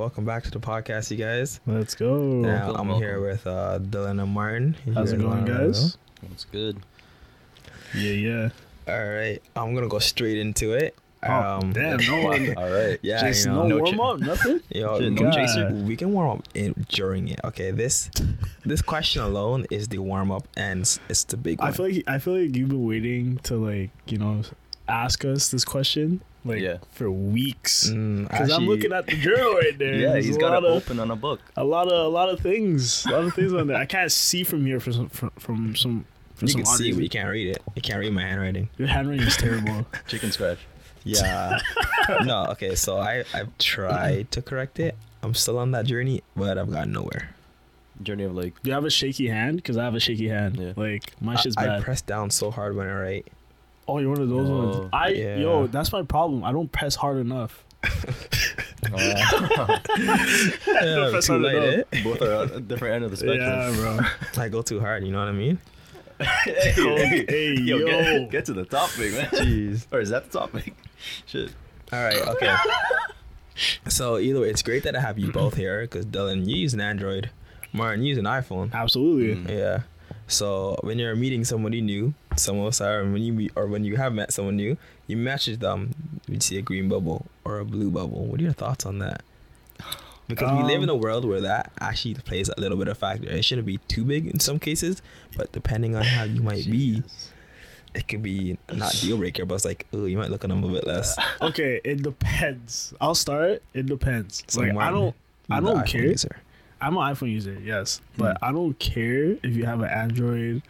Welcome back to the podcast, you guys. Let's go. Now Welcome, I'm welcome. here with uh, Dylan and Martin. You How's it guys going, wanna guys? That's good. Yeah, yeah. know? All right, I'm gonna go straight into it. Um, Oh, damn, no one. All right. Yeah, just you know, no ch- warm up, nothing. Yo, Shit, no we- chaser. We can warm up in, during it. Okay, this this question alone is the warm up, and it's, it's the big one. I feel like I feel like you've been waiting to like you know ask us this question like Yeah. for weeks Mm, because I'm actually- looking at the journal right there. Yeah, There's he's a got lot it of open on a book. a lot of a lot of things, a lot of things on there. I can't see from here for some, from, from some. For You some can odd see, reason. but you can't read it. You can't read my handwriting. Your handwriting is terrible. Chicken scratch. Yeah. no. Okay. So I I've tried to correct it. I'm still on that journey, but I've gotten nowhere. Journey of like. Do you have a shaky hand? Because I have a shaky hand. Yeah. Like my I, shit's I bad. press down so hard when I write. oh, you're one of those Oh, ones. I yeah. yo, that's my problem. I don't press hard enough. Yeah, press too hard late, enough. eh? Uh, both are at different end of the spectrum. Yeah, bro. I go too hard. You know what I mean? hey, Hey, yo, yo. Get, get to the topic, man. Jeez. Or is that the topic? Shit. All right. Okay. so either way, it's great that I have you both here because Dylan, you use an Android. Martin, you use an iPhone. Absolutely. Mm. Yeah. So when you're meeting somebody new, someone sorry, when you meet or when you have met someone new, you message them. You see a green bubble or a blue bubble. What are your thoughts on that? Because we live in Um, a world where that actually plays a little bit of factor. It shouldn't be too big in some cases, but depending on how you might be, it could be not deal breaker, but it's like, oh, you might look at them a bit less. Okay, it depends. I'll start. It depends. So like I Martin, don't. I You're the don't iPhone care. user. I'm an iPhone user, yes, Hmm. but I don't care if you have an Android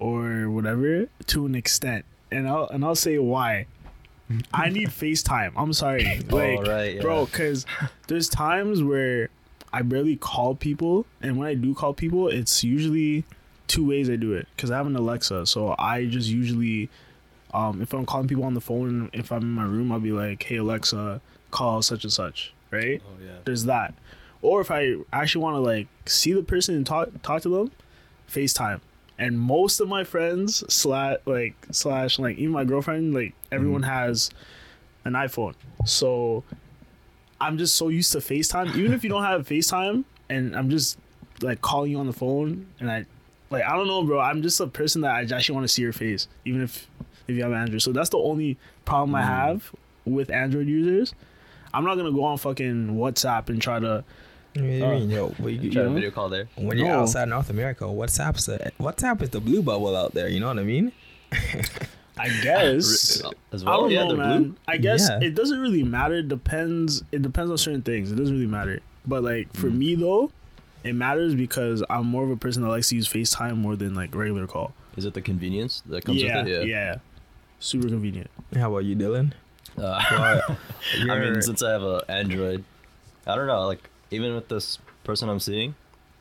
or whatever to an extent, and I'll and I'll say why. I need FaceTime. I'm sorry, like, right, yeah. bro, because there's times where I barely call people, and when I do call people, it's usually two ways I do it because I have an Alexa, so I just usually, um, if I'm calling people on the phone, if I'm in my room, I'll be like, hey Alexa, call such and such, right? Oh yeah. there's that or if i actually want to like see the person and talk talk to them facetime and most of my friends slash like slash like even my girlfriend like everyone has an iphone so i'm just so used to facetime even if you don't have facetime and i'm just like calling you on the phone and i like i don't know bro i'm just a person that i actually want to see your face even if if you have android so that's the only problem i have with android users i'm not gonna go on fucking whatsapp and try to You know what I mean? Yo, well, you- Try Yeah. a video call there. when you're Uh, No. outside North America, WhatsApp's the WhatsApp is the blue bubble out there. You know what I mean? i guess uh, As I well. don't yeah, know, the man. blue. I guess Yeah. it doesn't really matter. It depends. It depends on certain things. It doesn't really matter. But like for Mm. me though, it matters because I'm more of a person that likes to use FaceTime more than like regular call. Is it the convenience that comes yeah, with it? yeah. Super convenient. How about you, Dylan? Yeah. Uh, Well, I mean, you're- since I have a Android, I don't know. Like, even with this person I'm seeing,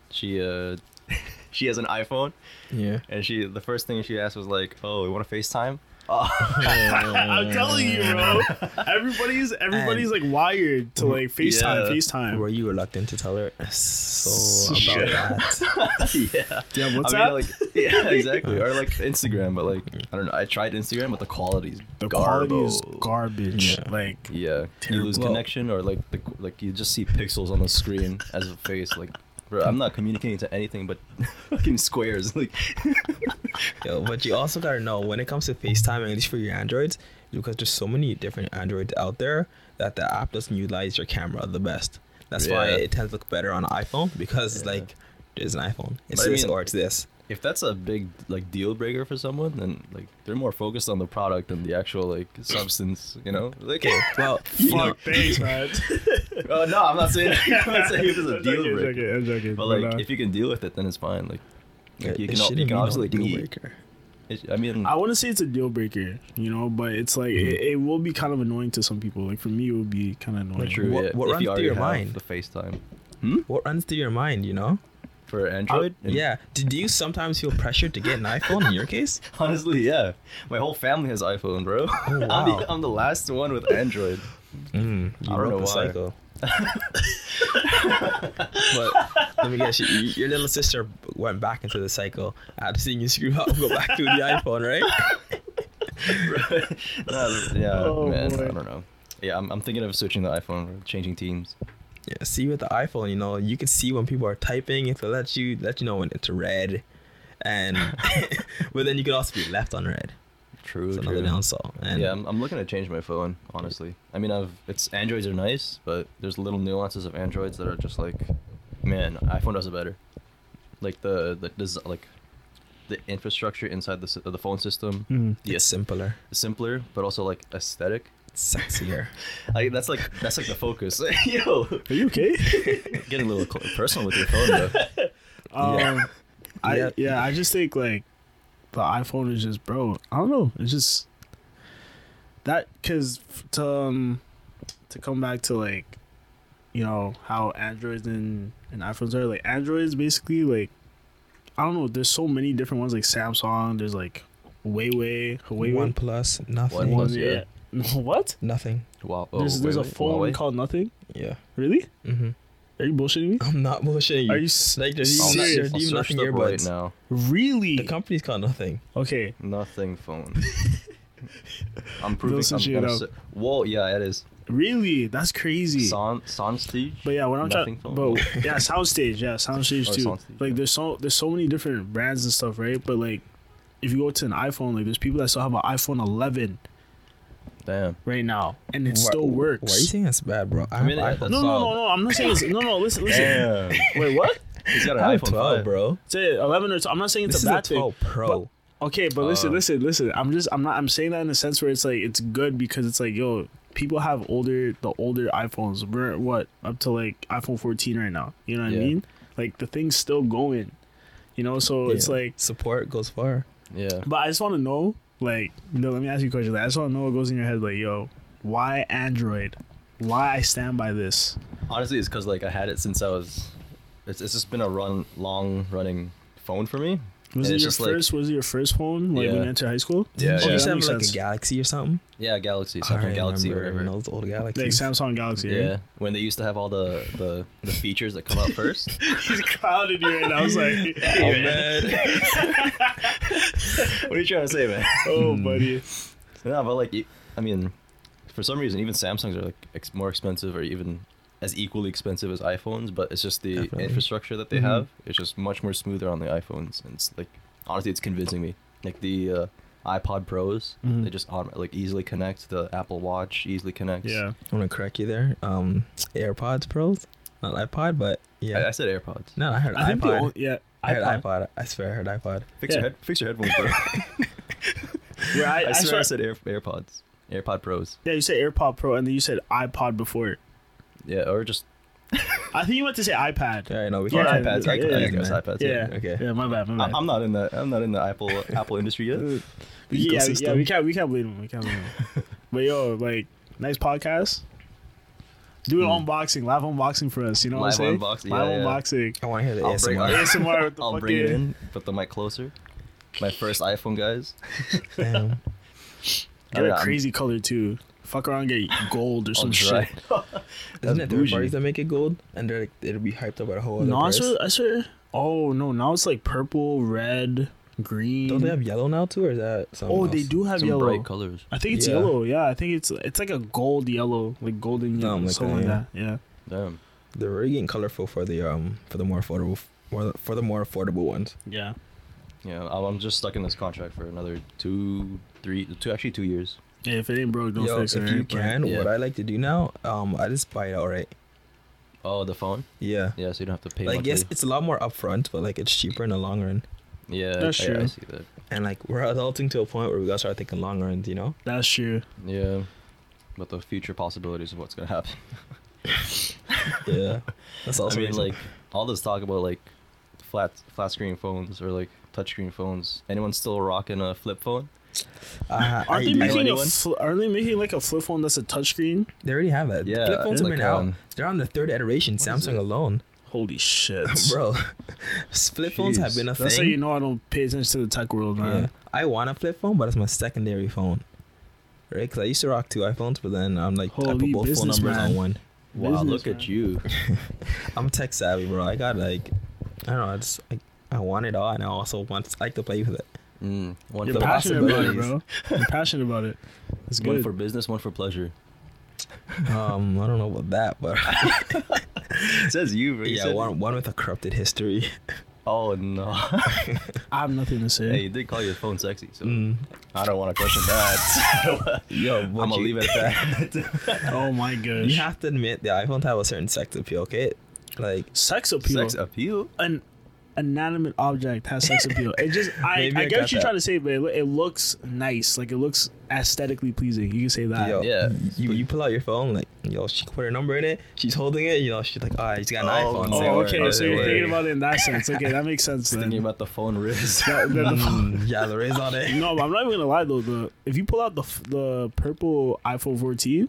she uh, she has an iPhone, yeah. and she the first thing she asked was like, "Oh, we want to FaceTime?" I'm telling you, bro. Everybody's everybody's like wired to like FaceTime, Yeah. Were FaceTime. you reluctant to tell her? So about Shit. that. yeah. Yeah, I what's mean, up? like, yeah, exactly. or like Instagram, but like, I don't know. I tried Instagram, but the quality's the garbo. quality is garbage. Yeah. Like Yeah, you Terrible. lose Well- connection, or like the, like you just see pixels on the screen as a face. Like, bro, I'm not communicating to anything but fucking squares. Like, Yo, but you also gotta know when it comes to FaceTime, at least for your Androids, because there's so many different Androids out there that the app doesn't utilize your camera the best. That's why Yeah. it tends to look better on an iPhone because it's Yeah. like there's an iPhone. It's But I this mean- or it's this. if that's a big like deal breaker for someone, then like they're more focused on the product than the actual like substance. You know? Like, okay. Well, fuck, thanks, man. Oh no, I'm not saying. I'm not saying if it's a I'm joking, deal I'm breaker. joking, I'm joking, But like, uh, if you can deal with it, then it's fine. Like, like it, you it can, al- shouldn't be you can no obviously deal eat. breaker. It- I mean, I wouldn't say it's a deal breaker, you know, but it's like it, it will be kind of annoying to some people. Like for me, it would be kind of annoying. true. What- yeah, what if runs you through already your have mind? The FaceTime What runs through your mind, you know? for Android. and- Yeah. Did you sometimes feel pressured to get an iPhone in your case? Honestly, yeah. My whole family has iPhone, bro. I'm, Oh, wow. the, I'm the last one with Android. Mm, you I don't broke know the why. cycle. but let me guess, you, your little sister went back into the cycle after seeing you screw up, go back to the iPhone, right? Nah, yeah, Oh, man. boy. Oh, I don't know. Yeah, I'm, I'm thinking of switching the iPhone, changing teams. Yeah, see with the iPhone, you know, you can see when people are typing. If it lets you let you know when it's red, and but then you could also be left on red. True. It's another downside. And yeah, I'm, I'm looking to change my phone. Honestly, I mean, I've it's Androids are nice, but there's little nuances of Androids that are just like, man, iPhone does it better. Like the the des- like, the infrastructure inside the s- the phone system Mm. it's simpler, is simpler, but also like aesthetic. it's sexier. Like that's like that's like the focus. Yo, Are you okay? getting a little cl- personal with your phone, bro. Um, Yeah. I Yeah. yeah. I just think like the iPhone is just bro. I don't know. It's just that because to um, to come back to like you know how Androids and and iPhones are like Androids basically like I don't know. There's so many different ones like Samsung. There's like Huawei, Huawei. One plus nothing, One Plus, yeah. what? nothing. Wow. Oh, there's wait, there's a wait, phone Huawei? called Nothing. Yeah. Really? Mm-hmm. Are you bullshitting me? I'm not bullshitting you. Are you s- like there's I'll even, search- serious? there's I'll even search nothing it up right earbuds. now. the Really? company's called nothing. Okay. Nothing phone. I'm proving. Those are I'm, shit I'm up. se- Whoa, yeah, it is. Really? That's crazy. Son, Sonstige. But yeah, what I'm Nothing trying, phone. but yeah, soundstage, yeah, soundstage Or too. soundstage, yeah. like there's so there's so many different brands and stuff, right? But like, if you go to an iPhone, like there's people that still have an iPhone 11 Damn. right now, and it Why- still works. Why are you saying that's bad, bro? I, have mean, iPhone. that's- no, no, solid? no, no. I'm not saying it's, no, no. Listen, listen. Damn. Wait, what? He's got an I have iPhone 12, 5. bro. Say 11 or 12. I'm not saying it's This a is a bad thing. 12 Pro. Okay, but listen, Uh. listen, listen. I'm just I'm not I'm saying that in a sense where it's like it's good because it's like yo, people have older the older iPhones. We're at what up to like iPhone 14 right now. You know what Yeah. I mean? Like the thing's still going. You know, so it's Yeah. like. support goes far. Yeah. But I just want to know, like, no, let me ask you a question. Like, I just want to know what goes in your head, like, yo, why Android? Why I stand by this? Honestly, it's because like I had it since I was. It's, it's just been a run long running phone for me. Was it And it's your just, like- first? was it your first phone? Like when Yeah. you entered high school? Yeah, oh, Okay, you that said makes like sense. a Galaxy or something. Yeah, Galaxy, I Samsung Galaxy, remember, whatever. you know, those old like Galaxies. Samsung Galaxy. right? Yeah, when they used to have all the the, the features that come out first. He's clouded you, and I was like, Oh, man. what are you trying to say, man? oh, buddy. No, but like, e- I mean, for some reason, even Samsungs are like ex- more expensive, or even as equally expensive as iPhones. But it's just the Definitely. infrastructure that they Mhm. have. It's just much more smoother on the iPhones, and it's like honestly, it's convincing me. Like the uh, iPod Pros, Mhm. they just autom- like easily connect. The Apple Watch easily connects. Yeah. I'm gonna correct you there. Um, AirPods Pros, not iPod, but yeah. I, I said AirPods. no, I heard I think the iPod. only, yeah. I heard iPod. iPod. I swear, I heard iPod. Fix your Yeah. head, fix your headphones, bro. Where I, I, I swear I swear- said Air, AirPods, AirPod Pros. yeah, you said AirPod Pro, and then you said iPod before. it. Yeah, or just I think you meant to say iPad. All right, no, we Yeah, can't. I- iPads. I, yeah, I, yeah, think it was man. iPads. Yeah. Okay. Yeah, my bad. My bad. I, am not in the I'm not in the Apple Apple industry yet. Yeah, yeah, ecosystem. we can't we can't blame him. We can't blame him. but yo, like next podcast, do an unboxing, live unboxing for us. You know what Hmm. Live I'm saying? unboxing, live yeah, yeah. unboxing. I want to hear the I'll bring- ASMR. ASMR with the I'll fucking. bring it in, put the mic closer. My first iPhone, guys. Damn. Get Yeah, a I'm- crazy color too. Fuck around, get gold or I'll some try. shit. Isn't it third bougie. parties that make it gold, and they're like, it'll be hyped up at a whole other No, I price? swear, I swear. Oh no, now it's like purple, red, green. Don't they have yellow now too, or is that something oh, they else? do have Some yellow. bright colors. I think it's Yeah. yellow. Yeah, I think it's it's like a gold yellow, like golden Something yellow, like something like that, that. Yeah. Damn. They're really getting colorful for the um for the more affordable for the, for the more affordable ones. Yeah. Yeah, I'm I'm just stuck in this contract for another two, three, two actually two years. Yeah, if it ain't broke, don't Yo, fix if it. you right? But- can, Yeah. what I like to do now, um, I just buy it outright. Oh, the phone. Yeah. Yeah, so you don't have to pay. Like yes, monthly. it's a lot more upfront, but like it's cheaper in the long run. Yeah, That's I, I true. see that. And like we're adulting to a point where we gotta start thinking long runs, you know? That's true. Yeah, but the future possibilities of what's gonna happen. Yeah. That's also I mean, reason- like all this talk about like flat flat screen phones or like touchscreen phones. Anyone still rocking a flip phone? uh, I, Aren't they do. know making a anyone? fl- are they making like a flip phone that's a touchscreen? they already have that. Yeah, Flip phones it's have been like, out. um, They're on the third iteration, is Samsung it? alone. Holy shit, Bro. flip phones have Jeez. been a That's how thing. you know I don't pay attention to the tech world, man. Yeah. I want a flip phone, but it's my secondary phone. Right? Because I used to rock two iPhones, but then I'm like, I put Holy both phone numbers businessman. on one. Wow, Business, look man. at you. I'm tech savvy, bro. I got like, I don't know, I just, I, I want it all, and I also want, I like to play with it. Mm, one You're The for passionate about it, bro. possibilities. You're passionate about it. It's one good. for business, one for pleasure. Um, I don't know about that, but it says you, bro. You yeah, said- one one with a corrupted history. Oh no. I have nothing to hey, say. you did call your phone sexy, so Mm. I don't want to question that. Yo, I'm gonna leave it at that. Oh my You gosh. have to admit the iPhone have a certain sex appeal, okay? Like sex appeal. Sex appeal. An inanimate object has sex appeal. It just I, Maybe I, I get got what you're that. trying to say, but it, lo- it looks nice. Like it looks aesthetically pleasing. You can say that. yo, yeah. you, you pull out your phone, like yo, she put her number in it. She's holding it, you know. She's like, ah, she's got an Oh, iPhone. no. say Oh, word, okay. say so you're word. thinking about it in that sense. Okay, that makes sense. Then. Thinking about the phone riz. That- that the- Mm, yeah, there is on it. no, I'm not even gonna lie though. The if you pull out the f- the purple iPhone 14,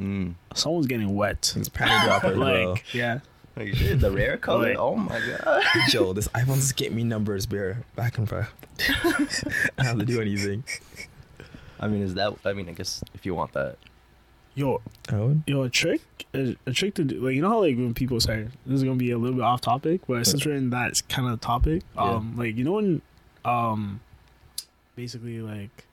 mm. someone's getting wet. It's panty dropper, bro. Like yeah, Like, shit, the rare color. Like- oh my god. Yo, this iPhone just get me numbers, beer, back and forth. I don't have to do anything. I mean, is that? I mean, I guess if you want that. yo, Oh, yo, a trick, a, a trick to do. Like you know how like when people say this is gonna be a little bit off topic, but since we're in that kind of topic, Yeah. um, like you know when, um, basically like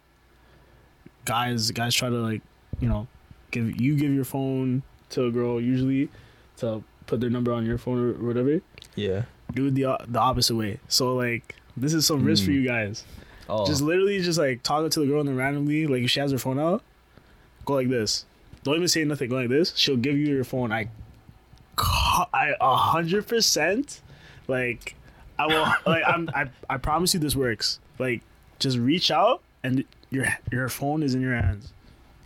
guys guys try to like you know give you give your phone to a girl usually to put their number on your phone or whatever. yeah. do it the the opposite way. So like this is some risk for Mm. you guys. Oh. Just literally just like talking to the girl and then randomly like if she has her phone out, go like this. Don't even say nothing. Go like this. She'll give you your phone. I, ca- I a hundred percent, like I will like I'm I I promise you this works. Like just reach out and your your phone is in your hands.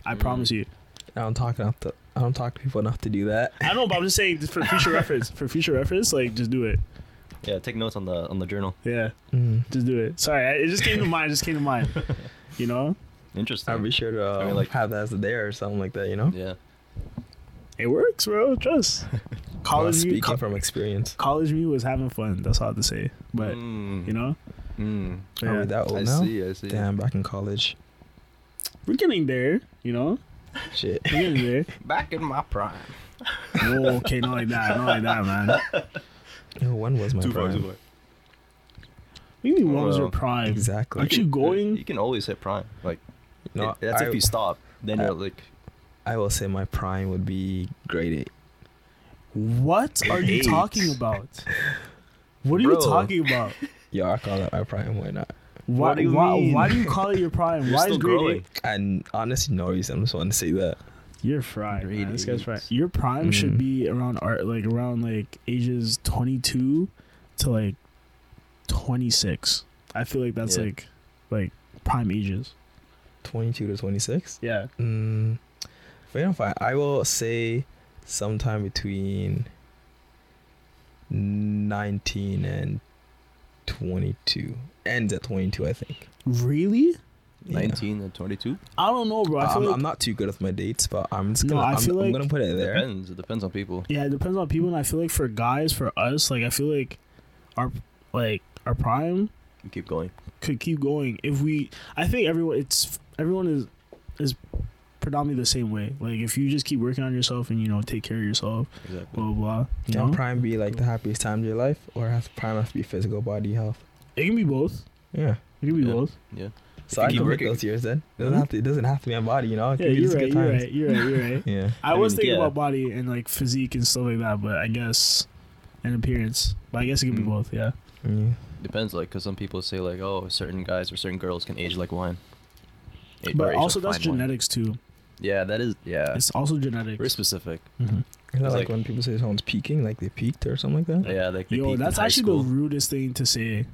I promise you. I don't talk enough to. I don't talk to people enough to do that. I know, but I'm just saying just for future reference. For future reference, like just do it. yeah. Take notes on the on the journal. Yeah. Mm. Just do it. Sorry, I- it just came to mind. It just came to mind. You know, Interesting. I'll be sure to uh, I mean, like- have that as a day or something like that. You know. yeah. it works, bro. Trust. Well, College me, speaking co- from experience. college me was having fun. That's all I have to say. But Mm, you know, mm. Are yeah. we that old I now? see. I see. Damn, back in college. we're getting there. You know, Shit. we're getting there. Back in my prime. Whoa, okay, not like that. Not like that, man. What Yo, when was my Too far. Too prime? far. do you mean when was your Well, prime? Exactly. Aren't you You going? can always hit prime. Like No, it- that's I, if you stop. Then I- you're like, I will say my prime would be grade eight. What are you Eight. talking about? What are you Bro. talking about? Yo, I call that my prime. Why not? Why, What do you why, mean? why do you call it your prime? you're why still is grade growing. eight? And honestly, no reason. I'm just wanting to say that. You're fried. Grade man. This guy's eight. fried. Your prime should Mm. be around art, like around like ages twenty two to like twenty six. I feel like that's Yeah. like like prime ages. 22 to 26. Yeah. Mm, fair enough. I, I will say sometime between 19 and 22. Ends at 22, I think. Really? Yeah. 19 and 22. I don't know, bro. I I feel am like I'm not too good with my dates, but I'm just No, gonna. I I'm, feel I'm like- gonna put it It there. depends. It depends on people. yeah, it depends on people, and I feel like for guys, for us, like I feel like our like our prime You keep going. could keep going if we. I think everyone it's everyone is is predominantly the same way. Like if you just keep working on yourself and you know take care of yourself, Exactly. blah blah. blah you Can know? prime be like the happiest time of your life, or has prime have to be physical body health? It can be both. Yeah. It can be Yeah. both. Yeah. So you I keep can work working- those years then. It Mhm. doesn't have to. It doesn't have to be on body, you know. It Yeah, could be you're just right, good you're times. right. You're right. You're right. Yeah. I, I was mean, thinking yeah. about body and like physique and stuff like that, but I guess and appearance. But I guess it could be Hmm. Mm. both. Yeah. yeah. Depends. Like, cause some people say like, oh, certain guys or certain girls can age like wine. Age- or But age also like that's fine wine. genetics too. Yeah, that is. Yeah. It's also Very genetics. specific. Mhm. Is that It's like, like- when people say someone's peaking, like they peaked or something like that? Yeah, like they Yo, peaked in that's high actually school. the rudest thing to say.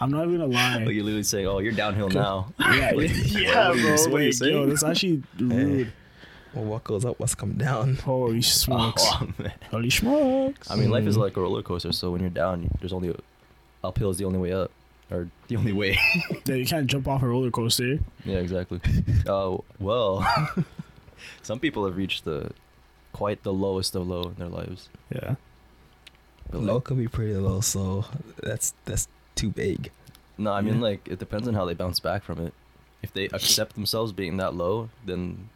I'm not even gonna Like lie. you literally say, "Oh, you're downhill now." yeah, Like, yeah, what are you- bro. what are you like, yo, saying? that's actually rude. Well, what goes up must come down. Holy smokes! Oh, man. Holy smokes! I mean, life is Mm. like a roller coaster. So when you're down, there's only uphill is the only way up, or the only way. Yeah, you can't jump off a roller coaster. yeah, exactly. Oh well, some people have reached the quite the lowest of low in their lives. Yeah. But Low like, could be pretty low, so that's that's too big. no, I mean Yeah. like it depends on how they bounce back from it. If they accept themselves being that low, then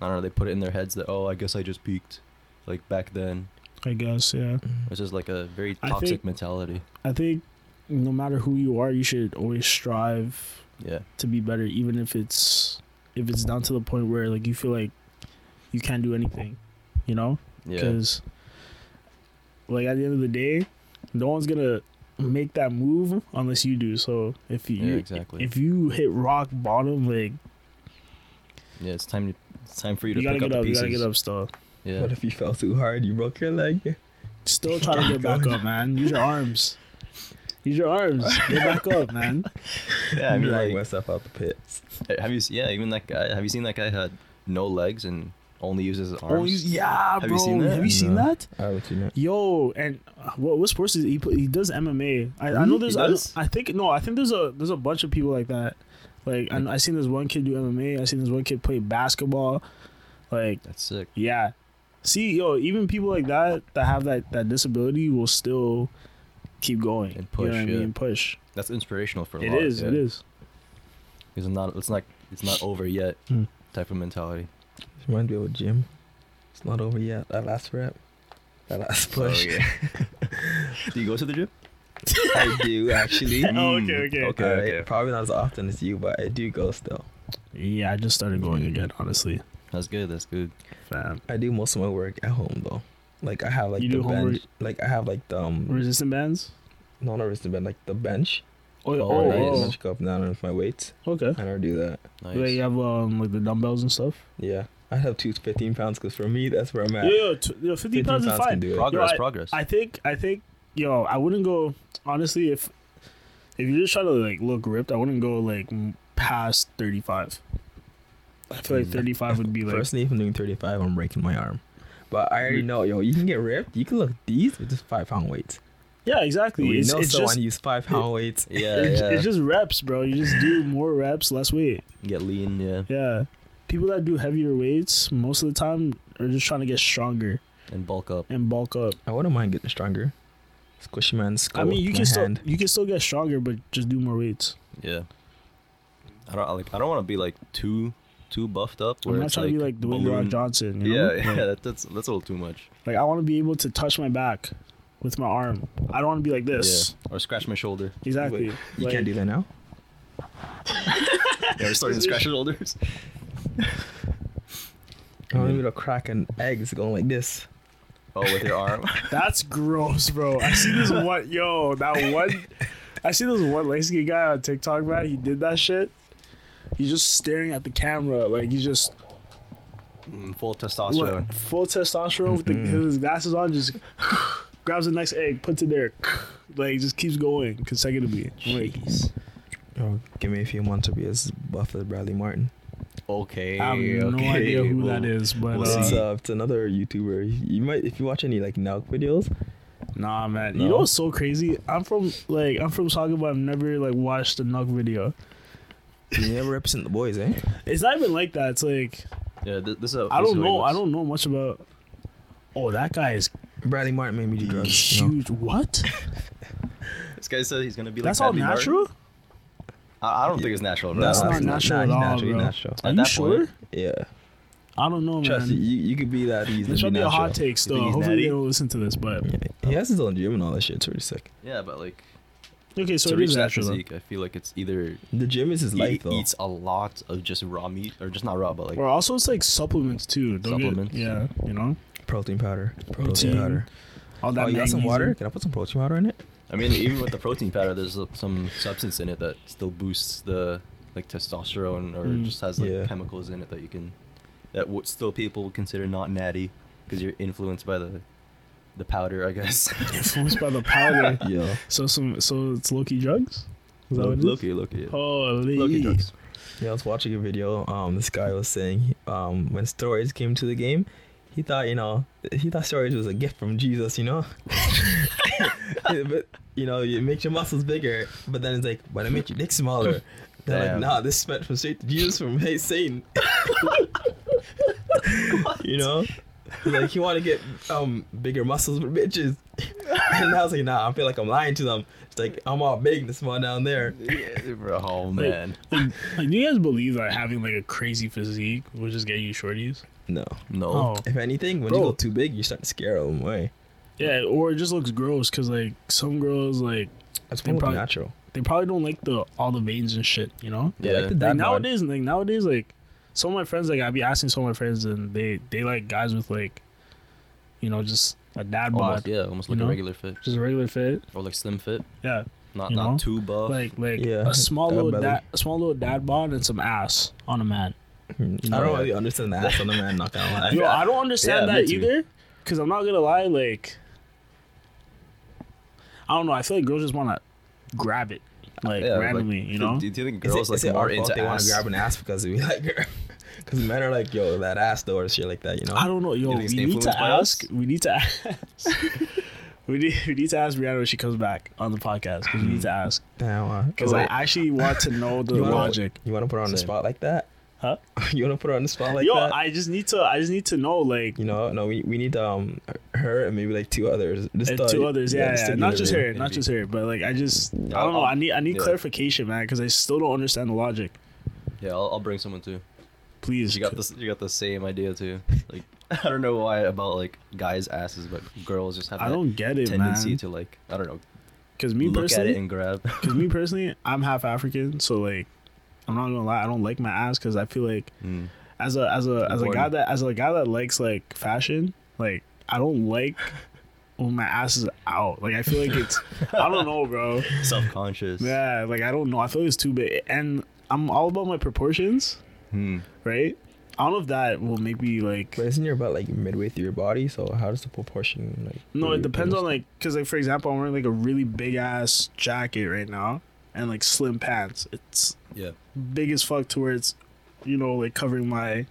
I don't know. They put it in their heads that oh, I guess I just peaked, like back then. I guess. Yeah. It's just like a very I toxic think- mentality. I think no matter who you are, you should always strive Yeah. to be better even if it's if it's down to the point where like you feel like you can't do anything you know Yeah. because like at the end of the day, no one's gonna make that move unless you do. So if you Yeah, exactly. if you hit rock bottom, like yeah, it's time. To, it's time for you to you gotta pick up get the up, you pieces. gotta get up still. Yeah. What if you fell too hard? You broke your leg. Still trying to get back up, man. Use your arms. Use your arms. Get back up, man. yeah, I mean, Drag like, myself out the pits. Have you? s- Yeah, even that guy. Have you seen that guy had no legs and only uses his arms? Oh, you- yeah, Have you bro. seen that? Have you seen No. that? I would you know. Yo, and uh, what what sports is he? Play? He does MMA. I, I know Really? there's. He I, does? I think no. I think there's a there's a bunch of people like that. Like I, I seen this one kid do MMA. I seen this one kid play basketball. Like That's sick. yeah, see yo, even people like that that have that that disability will still keep going And You know push, what yeah. I mean? Push. That's inspirational for a It lot. is. It is. It's not. It's not. It's not over yet. Hmm. Type of mentality. Reminds me of a gym. It's not over yet. That last rep. That last So, Oh, push. Oh, yeah. Do you go to the gym? I do actually. Oh, Mm, okay, okay. okay. Alright, Probably not as often as you, but I do go still. Yeah, I just started going again. Honestly, That's good. That's good. fam. I do most of my work at home though. Like I have like You the do bench. homework- Like I have like the Hmm. um, Resistant bands. not a wrist band, like the bench. Oh, yeah. Oh, oh, I nice. oh. bench go up and down with my weights. okay. I don't do that. Nice. Yeah, you have um like the dumbbells and stuff. Yeah, I have two 15 pounds because for me that's where I'm at. Yeah, t- yeah, fifty pounds is fine. do it. Progress. Yo, progress. I think I think yo, I wouldn't go honestly if if you're just trying to like look ripped, I wouldn't go like m- past 35. I feel like Mm. 35 would be like Personally, if I'm doing 35, I'm breaking my arm. But I already know, yo, you can get ripped. You can look these with just five pound weights. Yeah, exactly. We it's know it's someone just use five pound weights. yeah. it's, yeah. it's just reps, bro. You just do more reps, less weight. Get lean. Yeah. Yeah. People that do heavier weights most of the time are just trying to get stronger And bulk up. and bulk up. I wouldn't mind getting stronger. Squishy man, skull I mean, with you my can still hand. you can still get stronger, but just do more weights. Yeah. I don't I like. I don't want to be like too too buffed up. I'm where not it's, trying to be like Dwayne The Rock balloon- Johnson. You know? Yeah, yeah, that, that's that's a little too much. Like I want to be able to touch my back with my arm. I don't want to be like this. Yeah, or scratch my shoulder. Exactly. You Like, can't do that now. Yeah, we're starting to scratch our shoulders. I want me to crack an eggs going like this. Oh, with your arm. That's gross, bro. I see this one. Yo, that one. I see this one light skinned guy on TikTok, man. He did that shit. He's just staring at the camera, like he's just Mm, Full testosterone. Mm-hmm. what, full testosterone with the, his glasses on. Just grabs the next egg, puts it there, like just keeps going consecutively. I'm Like, Jeez. Oh. Yo, give me a few months to be as buff as Bradley Martin. Okay. I have no okay, idea who well, that is, but we'll uh, It's, uh, it's another YouTuber. You might, if you watch any like Nelk videos, Nah, man. No? You know what's so crazy? I'm from like I'm from Saga, but I've never like watched the Nuck video. you never represent the boys, eh? It's not even like that. It's like Yeah, th- this is. A, I this don't is how he know. I looks. don't know much about. Oh, that guy is Bradley Martin made me do drugs. you know? huge. What? This guy said he's gonna be like. That's all Bradley Martin. natural. I, I don't think it's natural. Bro. That's Nah, not he's natural nah, at he's all, natural, he's bro. natural. At Are you that sure? point- Yeah. I don't know, Trust you, man. you, you could be that easy. This to might be a hot natural. take, think still. he's Hopefully, natty? they don't listen to this. But Yeah, He has his own gym and all that shit. It's really sick. Yeah, but like okay, so to it reach is that natural. though. physique, I feel like it's either The gym is his he life, though. eats a lot of just raw meat, or just not raw, but like Or also, it's like supplements too. Don't get- Supplements. yeah, you know Protein powder. Protein, Protein, powder. all oh, that. you got some magnesium. water? Can I put some protein powder in it? I mean, even with the protein powder, there's uh, some substance in it that still boosts the like testosterone or Mm. just has like Yeah. chemicals in it that you can that what still people would consider not natty because you're influenced by the the powder, I guess. Influenced by the powder. Yeah. So some. So it's Loki drugs. Is that what it is? Loki, Loki, yeah. Holy. Loki drugs. Yeah, I was watching a video. Um, this guy was saying, um, when Storage came to the game, he thought, you know, he thought Storage was a gift from Jesus, you know. but you know, it makes your muscles bigger, but then it's like, but it makes your dick smaller. They're like, Damn. nah, this meant from straight to Jesus from hey Satan. you know, like you want to get um bigger muscles for bitches, and I was like, nah, I feel like I'm lying to them. It's like I'm all big, this one down there. Yeah, bro, oh man, Like, like, do you guys believe that having like a crazy physique will just get you shorties? No. no. oh, If anything, when you Bro. go too big, you start to scare them away. yeah, or it just looks gross because like some girls like That's They probably- natural. they probably don't like the all the veins and shit, you know. Yeah, like the Like dad nowadays, nowadays, like nowadays, like some of my friends, like I be asking some of my friends, and they they like guys with like, you know, just a dad bod, Almost, yeah, almost like you know? a regular fit just a regular fit. or like slim fit, Yeah, not You not know? too buff. like like Yeah, a small dad little belly. dad, a small little dad bod and some ass on a man. I don't really understand the ass on the man. Not gonna lie. Yo, I don't understand Yeah, me that too. either. Cause I'm not gonna lie, like I don't know. I feel like girls just want to grab it, like Yeah, like, randomly. you do- know, Do you think Is girls it, like is it more our fault into they want to ass? grab an ass because we like her? Because men are like, yo, that ass though, or shit like that. You know. I don't know. Yo, You we think it's need influenced to by ask. us? We need to ask. we need we need to ask Rihanna when she comes back on the podcast. 'cause we need to ask Damn. uh, because wait, I actually want to know the you wanna- logic. You want to put her on the Same. spot like that? Huh? you want to put her on the spot like Yo, that? I just need to. I just need to know like you know, no, we, we need um her and maybe like two others. Just and the- two others. Yeah, just yeah, the not unit just rate. her, not maybe. just her, but like I just I I'll- don't know. I I'll- need I need yeah. clarification, man, because I still don't understand the logic. Yeah, I'll, I'll bring someone too. Please, You got this. You got the same idea too. Like I don't know why about like guys' asses, but girls just have I that don't get it, tendency man. to like I don't know Because me look at it personally, and grab. because me personally, I'm half African, so like I'm not gonna lie, I don't like my ass because I feel like Mm. as a as a as a guy Important. that as a guy that likes like fashion, like I don't like when my ass is out. Like I feel like it's I don't know, bro. Self-conscious. Yeah, like I don't know. I feel it's too big, and I'm all about my proportions, Hmm. right? I don't know if that will make me like. But isn't your butt like midway through your body? So how does the proportion like? No, really- it depends on like, cause like for example, I'm wearing like a really big ass jacket right now, and like slim pants. It's Yeah. big as fuck to where it's, you know, like covering my,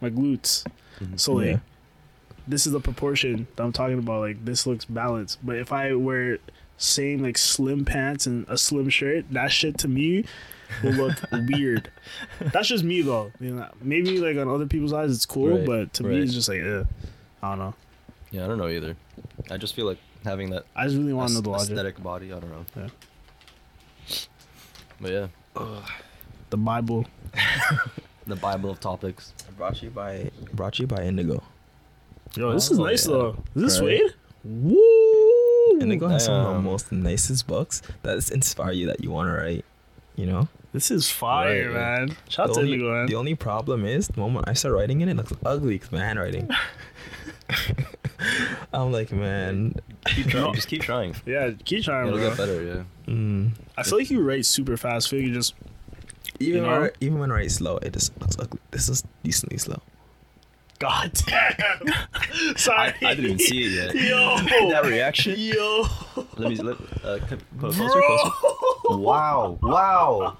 my glutes. Mhm. So like, Yeah. this is the proportion that I'm talking about. Like this looks balanced. But if I wear same like slim pants and a slim shirt, that shit to me will look weird. That's just me though. You know, maybe like on other people's eyes it's cool, Right, but to right. me it's just like, eh, I don't know. Yeah, I don't know either. I just feel like having that I just really want to know the aes- logic. aesthetic body. I don't know. Yeah. But yeah, The Bible. the Bible of topics. Brought to you by brought to you by Indigo. Yo, this is Oh, nice yeah. though. Is this Right. suede? Woo! Indigo has some of the Damn. most nicest books that inspire you that you want to write. You know. This is fire, Right. man. Shout out the to only, Indigo, man. the only problem is the moment I start writing it, it looks ugly because my handwriting. I'm like, man, Keep trying. just keep trying. yeah, keep trying, It'll bro. get better. Yeah. mm. I feel like you write super fast. I feel like you just even know? when, even when I write slow, it just looks ugly. This is decently slow. God damn. Sorry. I, I didn't see it yet. Yo. that reaction. Yo. Let me let, uh, c- put it closer, Bro. closer. Wow! Wow!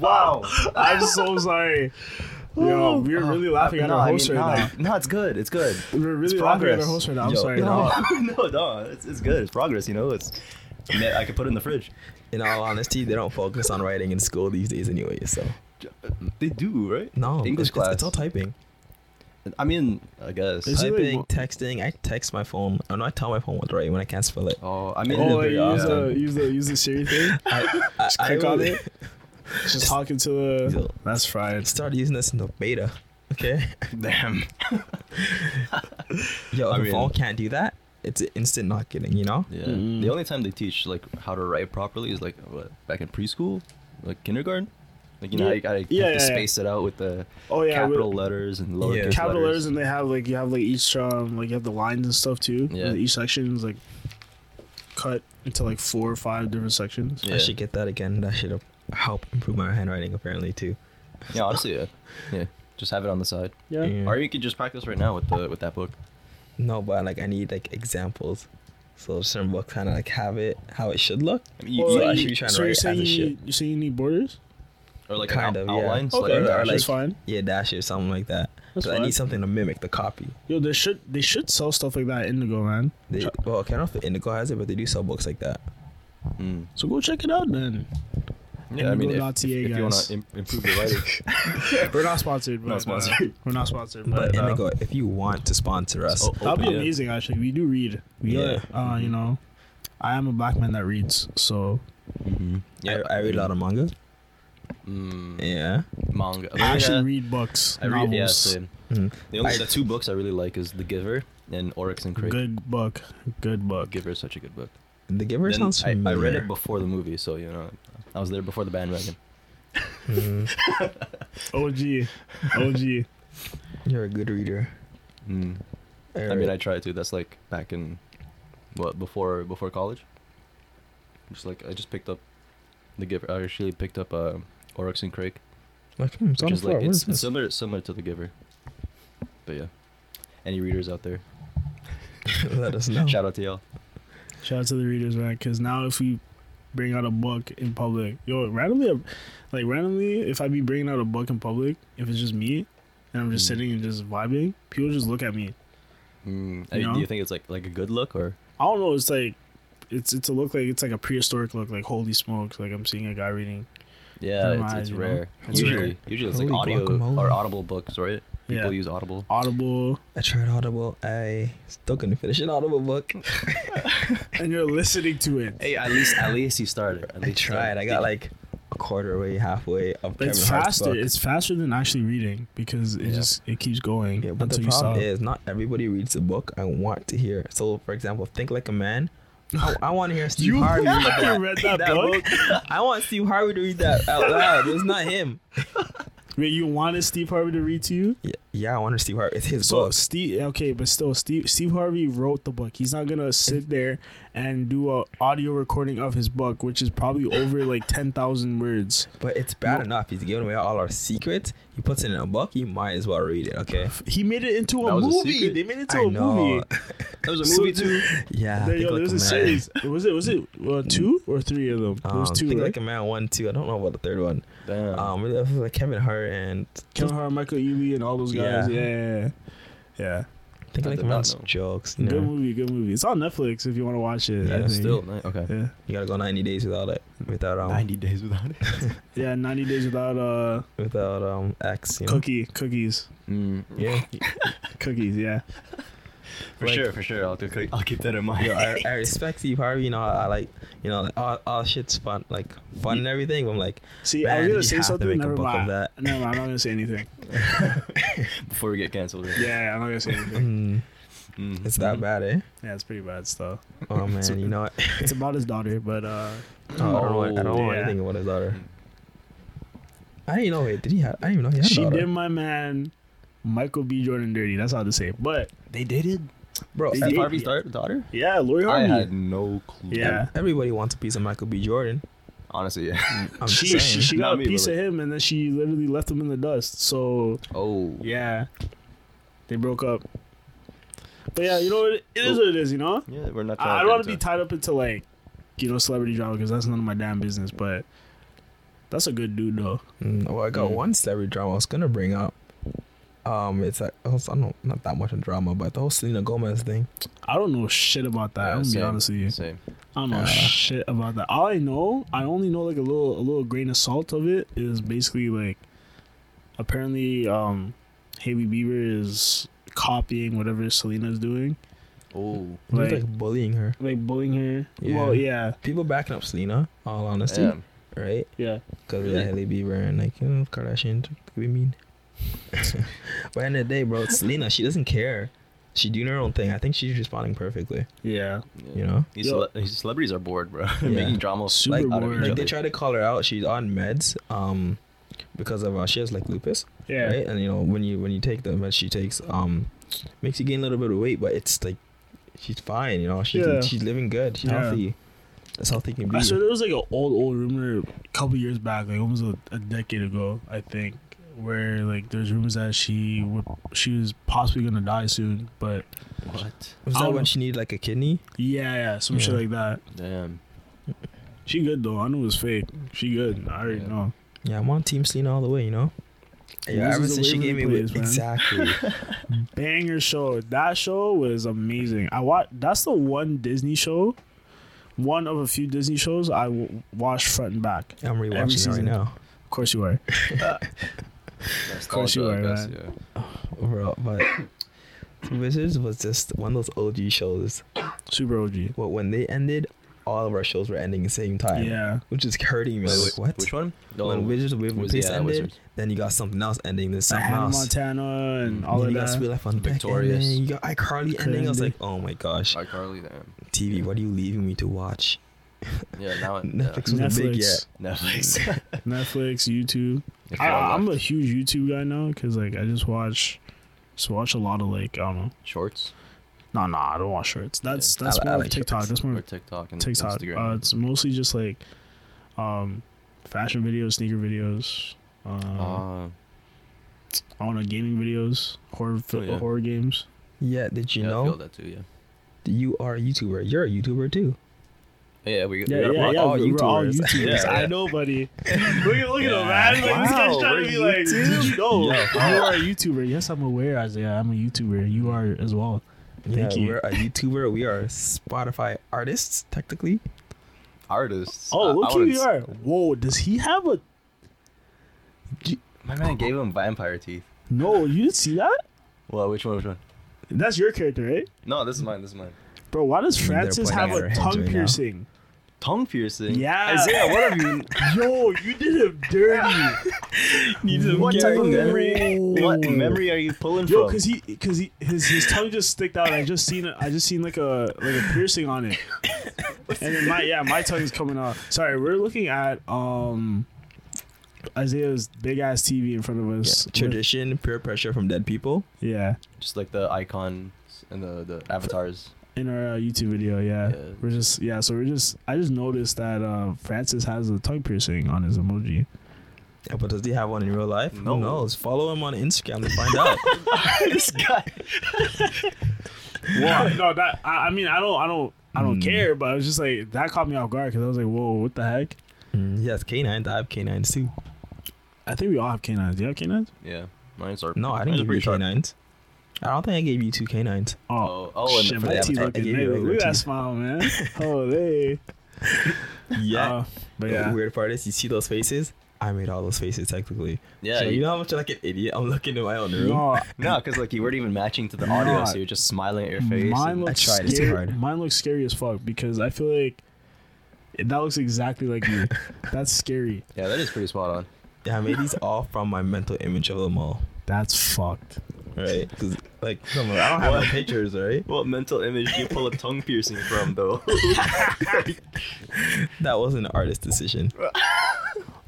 wow! I'm so sorry. Yo, we were Uh, really laughing at our host right now. No, it's good. It's good. We were It's really laughing at progress. our host right now. I'm Yo, sorry. No, No. no, no, it's, it's good. It's progress. You know, it's. Man, I could put it in the fridge. In all honesty, they don't focus on writing in school these days anyway. So They do, right? no, English it's, it's- class. It's all typing, I mean, I guess. Is it- like typing, wha- texting. I text my phone. I know I tell my phone what to write when I can't spell it. oh, I mean, did it Oh, like, very use the often. use the use the Siri thing. I, I, Just I click on will it. Just talking to the. Yo. That's fried. Start using this in the beta. Okay, damn. yo, I if the mean- phone can't do that. It's an instant not getting. You know. Yeah. Mm. The only time they teach like how to write properly is like what, back in preschool, like kindergarten. Like you know, Yeah. how you gotta Yeah, have yeah, to yeah. space it out with the Oh yeah, with capital letters and lowercase Yeah. capital letters, and they have like you have like each um like you have the lines and stuff too. Yeah. And each section is like cut into like four or five different sections. I Yeah. should get that again. That should help improve my handwriting apparently too. Yeah, honestly, yeah. yeah. Just have it on the side. Yeah. Yeah. Or you could just practice right now with the with that book. No, but like I need like examples. So certain book kind of like have it how it should look. I mean, you, Well, you I you- should be trying to so you're write as saying a you, shit. you saying you need borders? or like kind kind of, yeah. an out, outline, so, like, Okay, or yeah, like- that's fine. Yeah, dash it or something like that. That's 'Cause I fine. need something to mimic the copy. Yo, they should they should sell stuff like that at Indigo, man. They, well, I don't know if Indigo has it, but they do sell books like that. Mm. So go check it out then. yeah I mean, if, if, Indigo.ca, if you want guys. to Im- improve your writing, We're not sponsored, but Not sponsored. uh, we're not sponsored, But but, uh, Indigo, if you want to sponsor us, Oh, that'd be open, yeah. amazing actually. We do read. We Yeah. are uh, you know, I am a black man that reads, so Mm-hmm. Mhm. yeah, I, I read a lot of manga. mm, Yeah, manga. I actually yeah, read books, I read yeah, novels. same. Mhm. The only I- the two books I really like is The Giver and Oryx and Crake. Good book. Good book. Giver is such a good book. The Giver Then sounds I, I familiar. read it before the movie, so you know, I was there before the bandwagon. Mhm. OG. OG. You're a good reader. Mm. I mean, I tried to. That's like back in what before before college. Just like I just picked up the giver. I actually picked up uh, Oryx and Crake, like, hmm, it's on which the is floor. like what it's, is this? similar similar to the giver. But yeah, any readers out there? Let us know. Shout out to y'all. Shout out to the readers, man. Because now if we bring out a book in public, yo, randomly, uh, like randomly, if I be bringing out a book in public, if it's just me and I'm just Mm. sitting and just vibing, people just look at me. Mm, You I mean, know? do you think it's like like a good look or? I don't know. It's like it's it's a look like it's like a prehistoric look. Like holy smokes! Like I'm seeing a guy reading. Yeah, it's, Compromise, it's you know? rare. It's usually, rare. usually it's like Holy audio guacamole. or audible books, right? People Yeah. use audible. Audible, I tried Audible. I still couldn't finish an Audible book. and you're listening to it. Hey, at least at least you started. At I least you started. tried. I got like a quarter way, halfway up. uh, But it's faster. It's faster than actually reading because it Yeah. just it keeps going Yeah, but the until you stop. problem is not everybody reads the book I want to hear. So, for example, think like a man. I, I want to hear Steve you Harvey. read fucking read that, that book? book. I want Steve Harvey to read that out loud. It's not him. Wait, you wanted Steve Harvey to read to you? Yeah, yeah I want to Steve Harvey. It's his So book. Steve, okay, but still, Steve Steve Harvey wrote the book. He's not gonna sit there and do a audio recording of his book, which is probably over like ten thousand words. But it's bad No. enough. He's giving away all our secrets. He puts it in a book. You might as well read it. Okay. He made it into That a was a movie. secret? they made it into I a know. movie. That was So- Yeah. There, think yo, there like was a man. a series. Was it was it uh, two or three of them? There Um, was two. Think Right? like a man one, two. I don't know about the third one. Damn. Um, it was like Kevin Hart and Kevin Hart, Michael Ealy, and all those guys. Yeah. Yeah, yeah, yeah. yeah. think I like a did not man's know. jokes. You Good know, movie, good movie. It's on Netflix if you want to watch it. Yeah, I think. still ni- okay. Yeah. you gotta go 90 days without it, without um, days without it. Yeah, 90 days without uh without um, X. You know? cookie cookies. Mm, Yeah. Cookies, yeah. for Like- sure, for sure. I'll, keep- I'll keep that in mind. Yo, I, I respect Steve Harvey. You know, I like, you know, like, all, all shit's fun, like fun and everything. but I'm like, See, I Man, was you gonna say have to something. make a never book of mind. that. No, I'm not gonna say anything. Before we get canceled. right? Yeah, I'm not gonna say anything. mm, Mm. it's that Mm-hmm. Mhm. bad, eh? Yeah, it's pretty bad stuff. Oh man, It's- you know, what? It's about his daughter, but uh, Oh, I don't know. I don't know Oh, yeah. anything about his daughter. I didn't know. Wait, did he have? I didn't even know he had she a daughter. did my man Michael B. Jordan dirty. That's all to say. But They dated. Bro, Did ev- Steve he- Harvey's da- daughter. yeah, Lori I Harvey. had no clue. Yeah. everybody wants a piece of Michael B. Jordan. Honestly, yeah. Mm. I'm she, just she saying. she Not got me, a piece but of him, and then she literally left him in the dust. So Oh. yeah, they broke up. But yeah, you know it, it Oh. is what it is. You know, Yeah, we're not. I, I don't want to be tied up into like you know celebrity drama because that's none of my damn business. But that's a good dude though. Mm, well, I got Mm. one celebrity drama I was gonna bring up. Um, it's like I was- I don't not that much in drama, but the whole Selena Gomez thing. I don't know shit about that. Yeah, I'm gonna same. be honest with you. Same. I don't know Uh. shit about that. All I know, I only know like a little a little grain of salt of it is basically like apparently um Haley Bieber is copying whatever Selena's doing. Oh. He was, Like- like bullying her. Like bullying her. Yeah. Well, yeah. People backing up Selena, all honesty, Damn. right? Yeah. Because Really? of Haley Bieber and like you know Kardashian. We mean, but in the day, bro, it's Selena. She doesn't care. She doing her own thing. I think she's responding perfectly. Yeah. Yeah. You know, These, Yo. cele- these celebrities are bored, bro. Making drama Super like, out of bored. each like other. they try to call her out. She's on meds, um, because of uh, she has like lupus. Yeah. right? And you know when you when you take the meds she takes, um, makes you gain a little bit of weight, but it's like she's fine, you know. She's Yeah. she's living good, she's Yeah. healthy. That's healthy can be. I swear there was like an old old rumor a couple years back, like almost a, a decade ago, I think, where like there's rumors that she would she was possibly gonna die soon, but What? Was I that don't when know. she needed like a kidney? yeah, yeah, some shit Yeah. like that. Damn. She good though. I knew it was fake. She good. I already Yeah. know. Yeah, I'm on Team Selena all the way, you know. Yeah, This ever is the since she way gave we me play with this, man. exactly. Banger show. That show was amazing. I watched. That's the one Disney show, one of a few Disney shows I w- watched front and back. I'm Every rewatching it right season. now, Of course you were. Of course you are, man. Yeah. bro. But Wizards was just one of those OG shows. Super OG. But when they ended, all of our shows were ending at the same time, Yeah. which is hurting me. I was Wait, like, Which what? one? When Wizards of Waverly Wiz- Place yeah, ended, Wizards. then you got something else ending, then Like something Hannah else. Montana and And all then of you got that. Sweet Life on Deck, and Victorious. then you got iCarly ending. I was Curly. like, oh my gosh, iCarly, damn. TV, what are you leaving me to watch? Yeah, now it, Netflix yeah. was big yet. Netflix. Netflix. Netflix. YouTube. If I, y'all I'm a watch huge YouTube guy now because like I just watch, just watch a lot of like I don't know. shorts. No, no, I don't want shorts. That's Yeah, that's I li- I more of like TikTok. shorts. That's more or of TikTok and Hmm. TikTok. Instagram. Uh, it's mostly just like, um, fashion videos, sneaker videos. Uh, Uh, I don't know, gaming videos, horror fi- Oh, yeah. horror games. Yeah, did you yeah, I feel know that too. Yeah. you are a YouTuber? You're a YouTuber too. Oh, Yeah, we Yeah, we yeah, yeah. got- we're all we're all YouTubers. YouTubers. Yeah. I know, buddy. look at look Yeah. at him, man. Like, Wow, this guy's trying we're to be like, did you know? Yeah. You are a YouTuber. Yes, I'm aware, Isaiah. I'm a YouTuber. You are as well. Thank yeah, you. We're a YouTuber. We are Spotify artists, technically. artists. Oh, I- I look who wouldn't you s- are. Whoa, does he have a? My man gave him vampire teeth. No, you didn't see that. Well, which one? Which one? That's your character, right? No, this is mine. This is mine. Bro, why does They're Francis pointing have at our a heads tongue right now. piercing? Tongue piercing. Yeah. Isaiah, what have you? Yo, you did him dirty. What Yeah, type of yeah. memory? What Ooh. memory are you pulling Yo, from? cause he, cause he, his his tongue just sticked out. I just seen, it- I just seen like a like a piercing on it. and then my yeah, my tongue's coming out. Sorry, we're looking at um Isaiah's big ass TV in front of us. With- Tradition, peer pressure from dead people. yeah. Just like the icons and the the avatars. In our uh, YouTube video, yeah. Yeah. we're just yeah. So we're just, I just noticed that uh Francis has a tongue piercing on his emoji. Yeah, but does he have one in real life? No. Who knows? Follow him on Instagram to find out. this guy. Well, no, that I, I mean, I don't, I don't, I don't Mm. care. But I was just like that caught me off guard because I was like, whoa, what the heck? Mm, he has canines. I have canines too. I think we all have canines. Do you have canines? Yeah, mine's are. No, I mine's didn't give you pretty sharp. canines. I don't think I gave you two canines. Oh, Oh, oh, and shit, for my the teeth avatar. looking I gave you nice. regular Look at that teeth. smile, man. Holy. Yeah. Uh, but The yeah, weird part is you see those faces. I made all those faces technically. Yeah, So you, you know how much like an idiot I'm looking in my own room. no, no, because like you weren't even matching to the audio, so you're just smiling at your face. mine and- looks tried, it's scary. hard. Mine looks scary as fuck because I feel like that looks exactly like you. That's scary. yeah, that is pretty spot on. Yeah, I made these all from my mental image of them all. That's fucked. Right? Because like come on, I don't have no What? pictures, right? What mental image do you pull a tongue piercing from, though? That was an artist decision.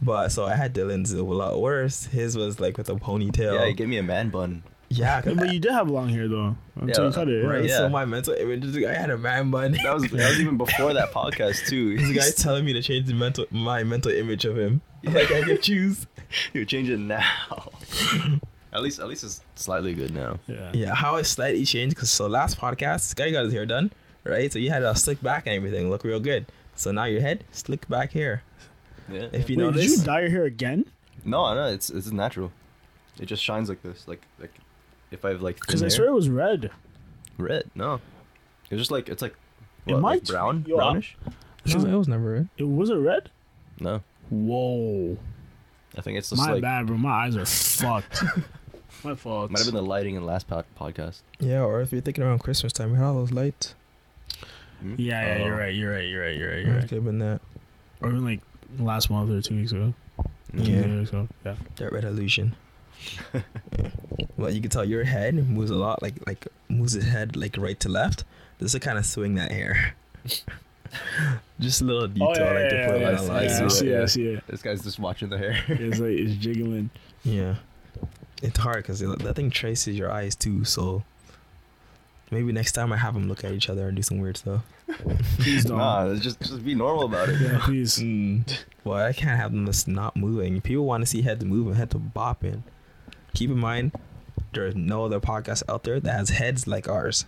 But so I had Dylan's a lot worse. His was like with a ponytail. yeah, you give me a man bun. Yeah, 'cause- But you did have long hair though until Yeah, you cut it. right. yeah. So my mental image is I had a man bun. That was that was even before that podcast too. This guy's telling me to change the mental my mental image of him. Like I can choose. you change it now. at least, at least it's slightly good now. Yeah. Yeah, how it slightly changed because so last podcast, this guy got his hair done, right? So you had a slick back and everything, look real good. So now your head, slick back hair. Yeah. If you Wait, did notice, you dye your hair again? No, no, it's it's natural. It just shines like this, like like if I've like Because thin I hair. swear it was red. red. No, it's just like it's like, It what, like might- brown, yo, I- brownish. it was never it. It was it red? No, Whoa. I think it's just My like bad, bro. My eyes are fucked. My fault. might have been the lighting in the last po- podcast. Yeah, or if you're thinking around Christmas time, we had all those lights. Hmm? yeah, yeah, you're Oh. right. You're right. You're right. You're right. You're Could right. have been that. Or even like last month or two weeks ago. Mm. Yeah. Two weeks ago. Yeah. That red illusion. well, you can tell your head moves a lot, like like moves his head like right to left. This will kind of swing that hair. Just a little detail, oh, yeah, like to yeah, put yeah, like yeah, on a the light. yeah, lights, I see yeah. it. I see it. This guy's just watching the hair. It's like it's jiggling. Yeah, it's hard because that thing traces your eyes too. So maybe next time I have them look at each other and do some weird stuff. Please don't. nah, it's just just be normal about it. Yeah, please. Mm. Well, I can't have them just not moving. People want to see head to move and head to bopping. Keep in mind, there's no other podcast out there that has heads like ours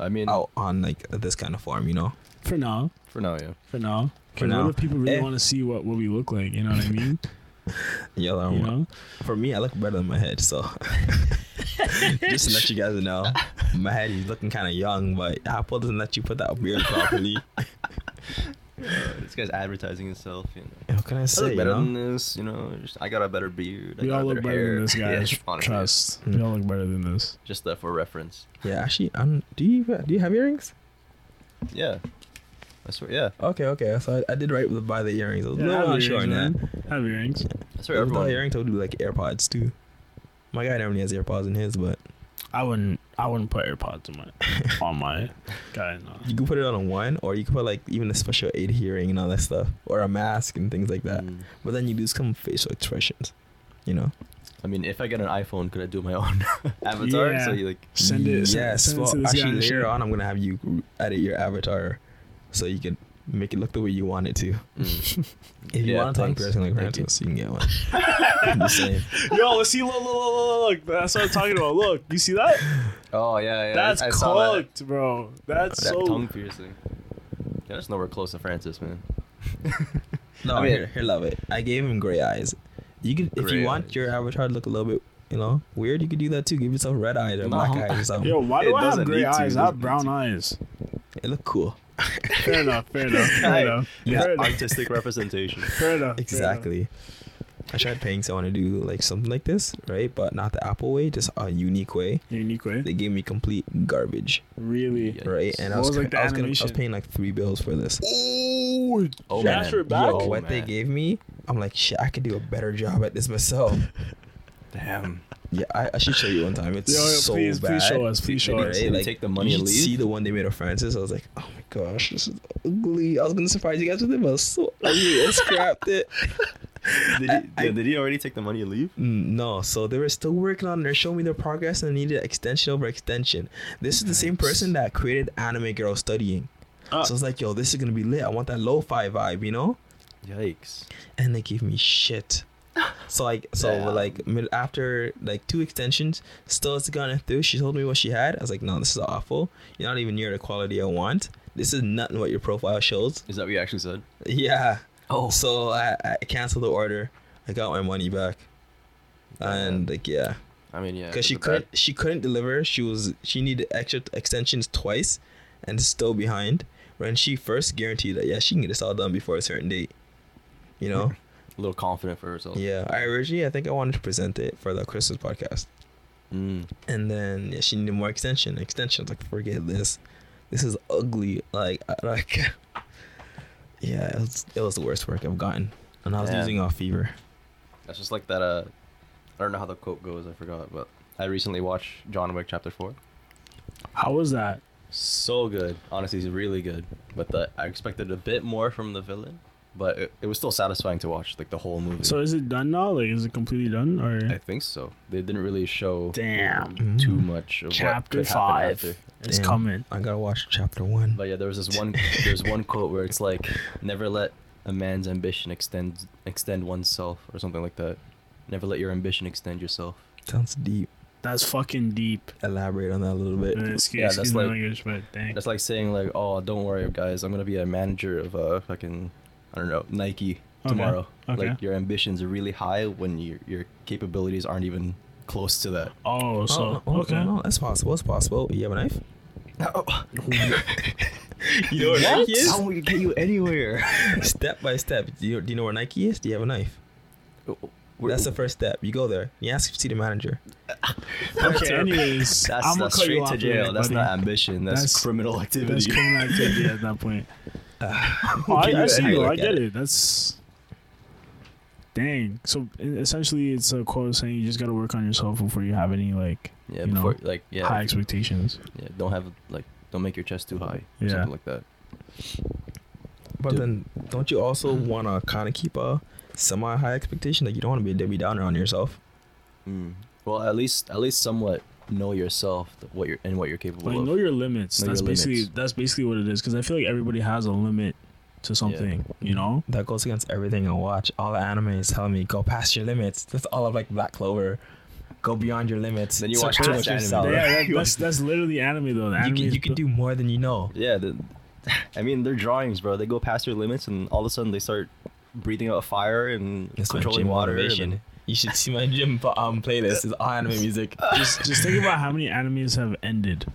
I mean, out on like this kind of form. You know, For now. for now, yeah. For now. For Because now. what if people really Eh. want to see what, what we look like? You know what I mean? yeah. I don't you want- know? For me, I look better than my head. So just to let you guys know, my head is looking kind of young, but Apple doesn't let you put that beard properly. Uh, this guy's advertising himself. You know, what can I I say? look better you know? than this. You know, just, I got a better beard. I We got all a look better hair. than this, Yeah, guys. honestly, Trust. Mm. We all look better than this. Just that for reference. Yeah, actually, um, do you do you have earrings? Yeah, I swear. Yeah, Okay, okay. So I, I did right with buy the earrings. I was Yeah, a have little earrings, unsure on that. man. Have earrings. I swear. With the Everyone. earrings, I would do like AirPods too. My guy normally has AirPods in his, but I wouldn't. I wouldn't put AirPods in my on my guy. No. you can put it on one, or you can put like even a special aid hearing and all that stuff, or a mask and things like that. Mm. But then you do some facial expressions, you know. I mean, if I get an iPhone, could I do my own avatar? Yeah. So you like, Send it. send- yes. send it well, to this guy actually, and shit. later on, I'm gonna have you edit your avatar, so you can make it look the way you want it to. mm. If you Yeah, want to talk in thanks. person like Thank you. Rantos, you. can get one. the same. Yo, let's see. Look, look, look, look, look. That's what I'm talking about. Look, you see that? oh yeah, yeah. That's I, I saw that. cooked, bro. That's that so. tongue piercing. Yeah, that's nowhere close to Francis, man. No, I mean- here, here, love it. I gave him gray eyes. You could, if Gray you want eyes. your avatar to look a little bit, you know, weird, you could do that too. Give yourself red eyes or No. black eyes or something. Yo, why It do I have doesn't need gray to, eyes? it I doesn't have need brown to. eyes. It look cool. Fair enough. Fair enough. Fair Hey, enough. you Fair got enough. Artistic representation. Fair enough. Exactly. I tried paying someone to do like something like this, right? But not the Apple way, just a unique way. Fair enough. Unique way. They gave me complete garbage, Really. Yeah. right? And I What was, was, like, cr- the I was gonna, I was animation? paying like three bills for this. Oh, Oh man. Jasper back? Yo, Oh, what they man. gave me, I'm like, shit, I could do a better job at this myself. Damn. yeah, I, I should show you one time. It's Yo, yo, so please, bad. please show us. Please show Right, us. Did you take the money you and should leave? See the one they made of Francis. I was like, oh my gosh, this is ugly. I was gonna surprise you guys with it, but I was so ugly. I scrapped it. Did he, did, did he already take the money and leave? Mm, No, so they were still working on. it. They're showing me their progress, and they needed extension over extension. This is the same person that created Anime Girl Studying. Ah. So I was like, yo, this is gonna be lit. I want that lo-fi vibe, you know? Yikes. and they gave me shit. So like so Yeah. like mid, after like two extensions, still it's gone through. She told me what she had. I was like, no, this is awful. You're not even near the quality I want. This is nothing what your profile shows. Is that what you actually said? Yeah. Oh. So I, I canceled the order. I got my money back. And like yeah, I mean, yeah. because she it's a bad- couldn't she couldn't deliver. She was she needed extra extensions twice, and still behind. When she first guaranteed that yeah she can get this all done before a certain date, you know. A little confident for herself. Yeah, I originally I think I wanted to present it for the Christmas podcast, Mm. and then yeah, she needed more extension. Extension, I was like forget this, this is ugly. Like I, like, yeah, it was, it was the worst work I've gotten, and I was Yeah. losing off fever. That's just like that. Uh, I don't know how the quote goes. I forgot, but I recently watched John Wick Chapter Four. How was that? So good. Honestly, he's really good. But the, I expected a bit more from the villain, but it, it was still satisfying to watch. Like the whole movie. So is it done now? Like, is it completely done? I Or think so. They didn't really show Mm-hmm. um, damn, too Mm. much of chapter what could happen five after. is Damn. coming. I gotta watch chapter one. But yeah, there was this one. There's one quote where it's like, "Never let a man's ambition extend extend oneself," or something like that. Never let your ambition extend yourself. Sounds deep. That's fucking deep. Elaborate on that a little Uh, bit. Excuse, Yeah, that's excuse my like- language, but dang. That's like saying like, "Oh, don't worry, guys. I'm gonna be a manager of a fucking, I don't know, Nike Okay, tomorrow." okay. Like your ambitions are really high when your your capabilities aren't even close to that. Oh, so oh, no, oh, okay. no, no, that's possible. It's possible. You have a knife? You know where What? Nike is? How will it get you anywhere? step by step. Do you, do you know where Nike is? Do you have a knife? That's the first step. You go there. You ask to see the manager. Okay. Anyways, That's, I'm gonna that's cut you straight off to for a jail. minute, That's buddy. not ambition. That's, That's- criminal activity. That's criminal activity at that point. Oh, Okay, I, I you- see how you. look I get at it. That's dang. So e- essentially, it's a quote saying you just gotta work on yourself before you have any like yeah, you know, before like yeah, high expectations. yeah, don't have like don't make your chest too high. Or Yeah. something like that. But Dude. Mm-hmm. then, don't you also want to kind of keep a semi high expectation? Like, you don't want to be a Debbie Downer on yourself. Mm. Well, at least at least somewhat know yourself, th- what you're and what you're capable Like of. know your limits. Know that's your basically limits. that's basically what it is. Because I feel like everybody has a limit to something. You know. That goes against everything I watch. All the anime is telling me, go past your limits. That's all of like Black Clover. Go beyond your limits. Then you Search watch too past much anime. yourself. Oh, yeah, right. that, that's that's literally anime though. The You anime can, is you can bu- do more than you know. yeah, the, I mean they're drawings, bro. They go past their limits, and all of a sudden they start breathing out fire and That's my controlling gym water. and motivation. You should see my gym um, playlist. It's all anime music. just just think about how many animes have ended. then-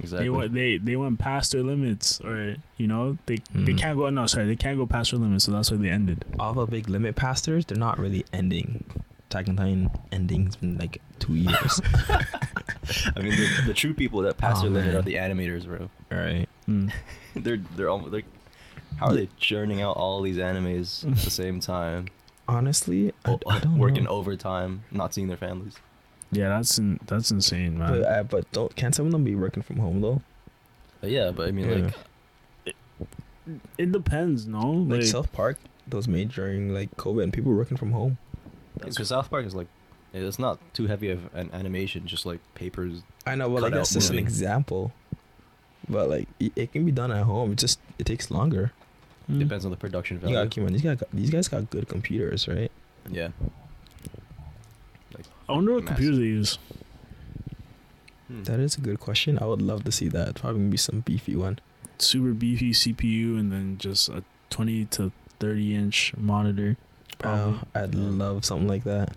exactly. They went they they went past their limits, or you know they they Mm. can't go. No, sorry, they can't go past their limits, so that's why they ended. All the big limit pastors, they're not really ending. Attack on Titan ending's been like two years. I mean, the, the true people that pass Oh, their limit man. are the animators, bro. all right. Mm. They're they're almost like, how are they churning out all these animes at the same time? Honestly, I, I don't Oh, working know. overtime, not seeing their families. Yeah, that's in, that's insane, man. But, uh, but don't can't some of them be working from home though? But yeah, but I mean, Yeah. like, it depends, no? Like, Like, South Park, those made during like COVID, and people working from home. because South Park is like It's not too heavy of an animation, just like papers. I know, but like Cut out that's just an moving. example. But like it, it can be done at home. It just it takes longer. hmm. Depends on the production Hmm. You value. gotta keep on. These guys got these guys got good computers, right? Yeah. I wonder what Massive. computer they use. Hmm. That is a good question. I would love to see that. Probably gonna be some beefy one. Super beefy CPU and then just a 20 to 30 inch monitor. Oh, Probably. I'd love something like that.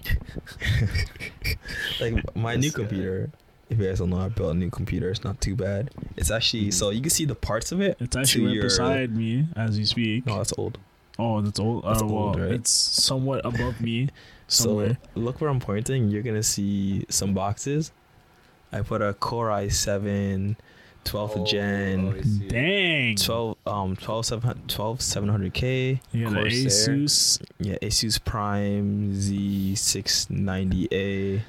like my new This guy. computer. If you guys don't know, I built a new computer. It's not too bad. It's actually Mhm. so you can see the parts of it. It's to actually right your- beside me as you speak. No, that's old. Oh, that's old. That's uh, well, old, right? It's somewhat above me. So Somewhere. look where I'm pointing. You're gonna see some boxes. I put a Core i7, 12th Oh, gen, Dang. 12 um 12 700K. You got an Corsair. Asus. Yeah, Asus Prime Z690A.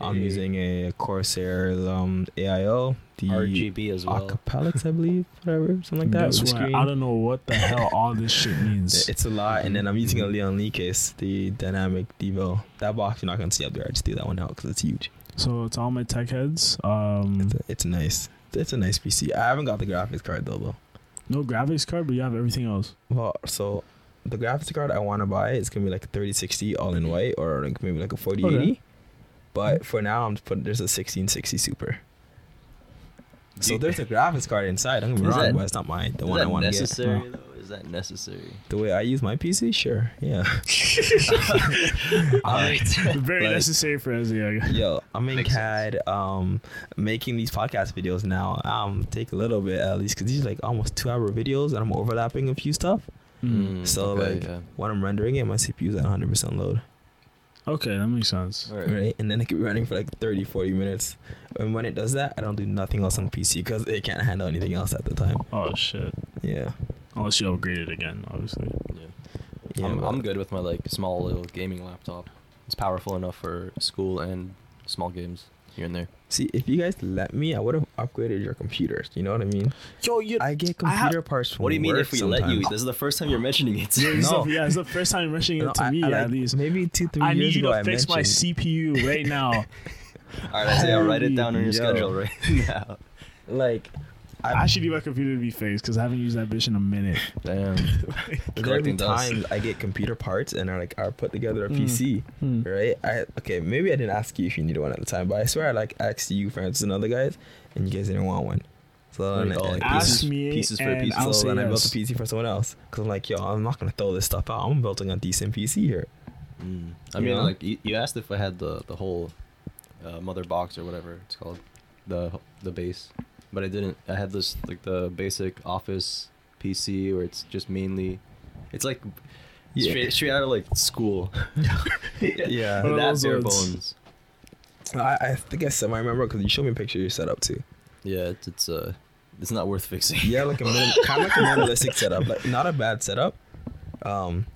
I'm using a Corsair um AIO. The RGB as well. Acapelix, I believe, whatever, something like that. That's with why screen. I don't know what the hell all this shit means. It's a lot, and then I'm using a Leon Lee case, the dynamic Devo. That box you're not gonna see up there. I just threw that one out because it's huge. so it's all my tech heads. Um, It's, it's nice. It's a nice PC. I haven't got the graphics card though, though. no graphics card, but you have everything else. Well, so the graphics card I want to buy is gonna be like a 3060 all in white, or like maybe like a 4080. Okay. But for now, I'm just putting there's a 1660 Super. So Do- there's a graphics card inside. Don't get me Is wrong, that- but it's not mine. The Is one I that want to get. Oh. necessary though? Is that necessary? The way I use my PC, sure, yeah. All right. Very Like- necessary for Asiaga. Yo, I'm in Makes CAD, um, making these podcast videos now. Um, take a little bit at least, cause these are like almost two hour videos, and I'm overlapping a few stuff. Hmm, Mm. Hmm. So, like, yeah. When I'm rendering it, my CPU's at 100 percent load, Okay, that makes sense. All right. right? And then it could be running for like 30, 40 minutes. And when it does that, I don't do nothing else on PC, cause it can't handle anything else at the time. Oh shit! Yeah, Unless you upgrade it again, obviously. Yeah. yeah. I'm, but- I'm good with my like small little gaming laptop. It's powerful enough for school and small games here and there. See, if you guys let me, I would have upgraded your computers. You know what I mean? Yo, you. I get I have- computer parts from What do you mean work if we let you? sometimes. This is the first time you're mentioning it. yeah, it's No. the- yeah, it's the first time mentioning No, it to I- me. I like- at least maybe two, three I years need you ago, to I fix my mentioned- CPU right now. All right, Isaiah, write it down on your Yo. schedule right now. like I should need my computer to be fixed because I haven't used that bitch in a minute. Damn. there be Correcting us. times I get computer parts and I like I put together a Hmm. PC, Mm. right? I okay, maybe I didn't ask you if you needed one at the time, but I swear I like asked you, Francis, and other guys, and you guys didn't want one. So then, Like, I- oh, and like, pieces- Ask me pieces for and pieces. I'll so say then I built a yes. PC for someone else because I'm like, yo, I'm not gonna throw this stuff out. I'm building a decent PC here. Mm. I You mean, know? like you, you asked if I had the the whole uh, mother box or whatever it's called, the the base, but I didn't. I had this like the basic office PC where it's just mainly, it's like Yeah. straight, straight out of like school. Yeah. One of that those bare ones. bones. I, I think I said I remember because you showed me a picture of your setup too. Yeah, it's, it's uh, it's not worth fixing. Yeah, like a minim- kind of like a minimalistic setup. Like not a bad setup. Um,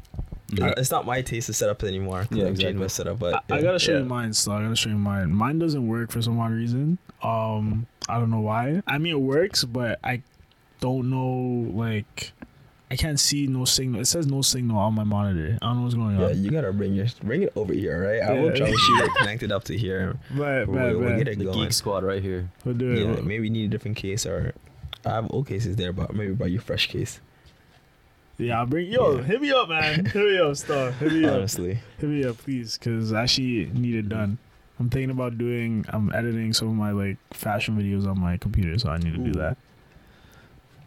Yeah. it's not my taste of setup anymore. Yeah, Yeah, exactly. exactly. my setup, but I, I yeah. gotta show you Yeah. mine still. I gotta show you mine. Mine doesn't work for some odd reason. Um, I don't know why. I mean, it works, but I don't know. Like, I can't see no signal. It says no signal on my monitor. I don't know what's going Yeah, on. you gotta bring your bring it over here, right? I will Yeah. troubleshoot it, connect it up to here. But We'll, but we'll get but it the going. Geek Squad right here. we'll do it. Yeah, maybe you need a different case or I have old cases there, but maybe buy you fresh case. Yeah, I'll bring yo. Yeah. Hit me up, man. hit me up, star. Hit me up. Honestly, Hit me up, please, because I actually need it done. I'm thinking about doing. I'm editing some of my like fashion videos on my computer, so I need to Ooh. do that.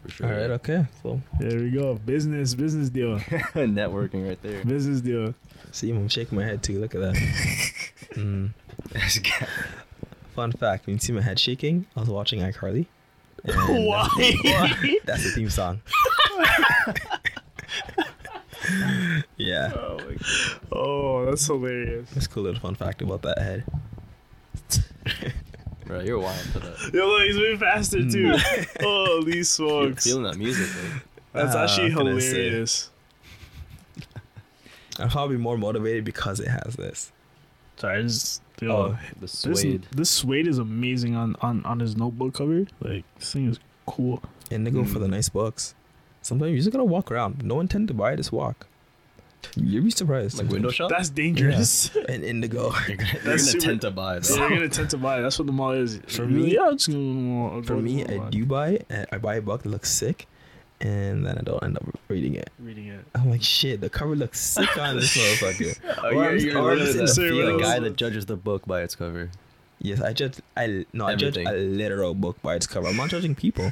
For all right, okay. So There we go. Business, business deal, Networking right there. business deal. see, I'm shaking my head too. Look at that. Mm. Fun fact: When you see my head shaking, I was watching iCarly. and that's the- Why? That's the theme song. yeah, oh, that's hilarious. that's a cool little fun fact about that head. Bro, you're wild for that. Yo, look, he's way faster too. Holy You're smokes, feeling that music. Like. that's Ah, actually what can I say? hilarious. I'm probably more motivated because it has this. Sorry, I just, yo, Oh, The this suede. this suede is amazing on on on his notebook cover. Like this thing is cool. Hmm. and they go for the nice books. Sometimes you're just gonna walk around. No intent to buy, just walk. You'd be surprised. Like window shop. That's dangerous. and indigo. you're gonna, you're that's gonna super- tend to buy So though. you're gonna tend to buy. it. That's what the mall is. For You're like, me- yeah, I'm just gonna go to the mall. I'll For go to me, the I mall. do buy it. and I buy a book that looks sick, and then I don't end up reading it. reading it. I'm like, shit, the cover looks sick on this motherfucker. Oh, Or I'm- or I'm literally just in the, the Sorry, what the field. else? guy that judges the book by its cover. Yes, I judge. I no, I Everything. judge a literal book by its cover. I'm not judging people,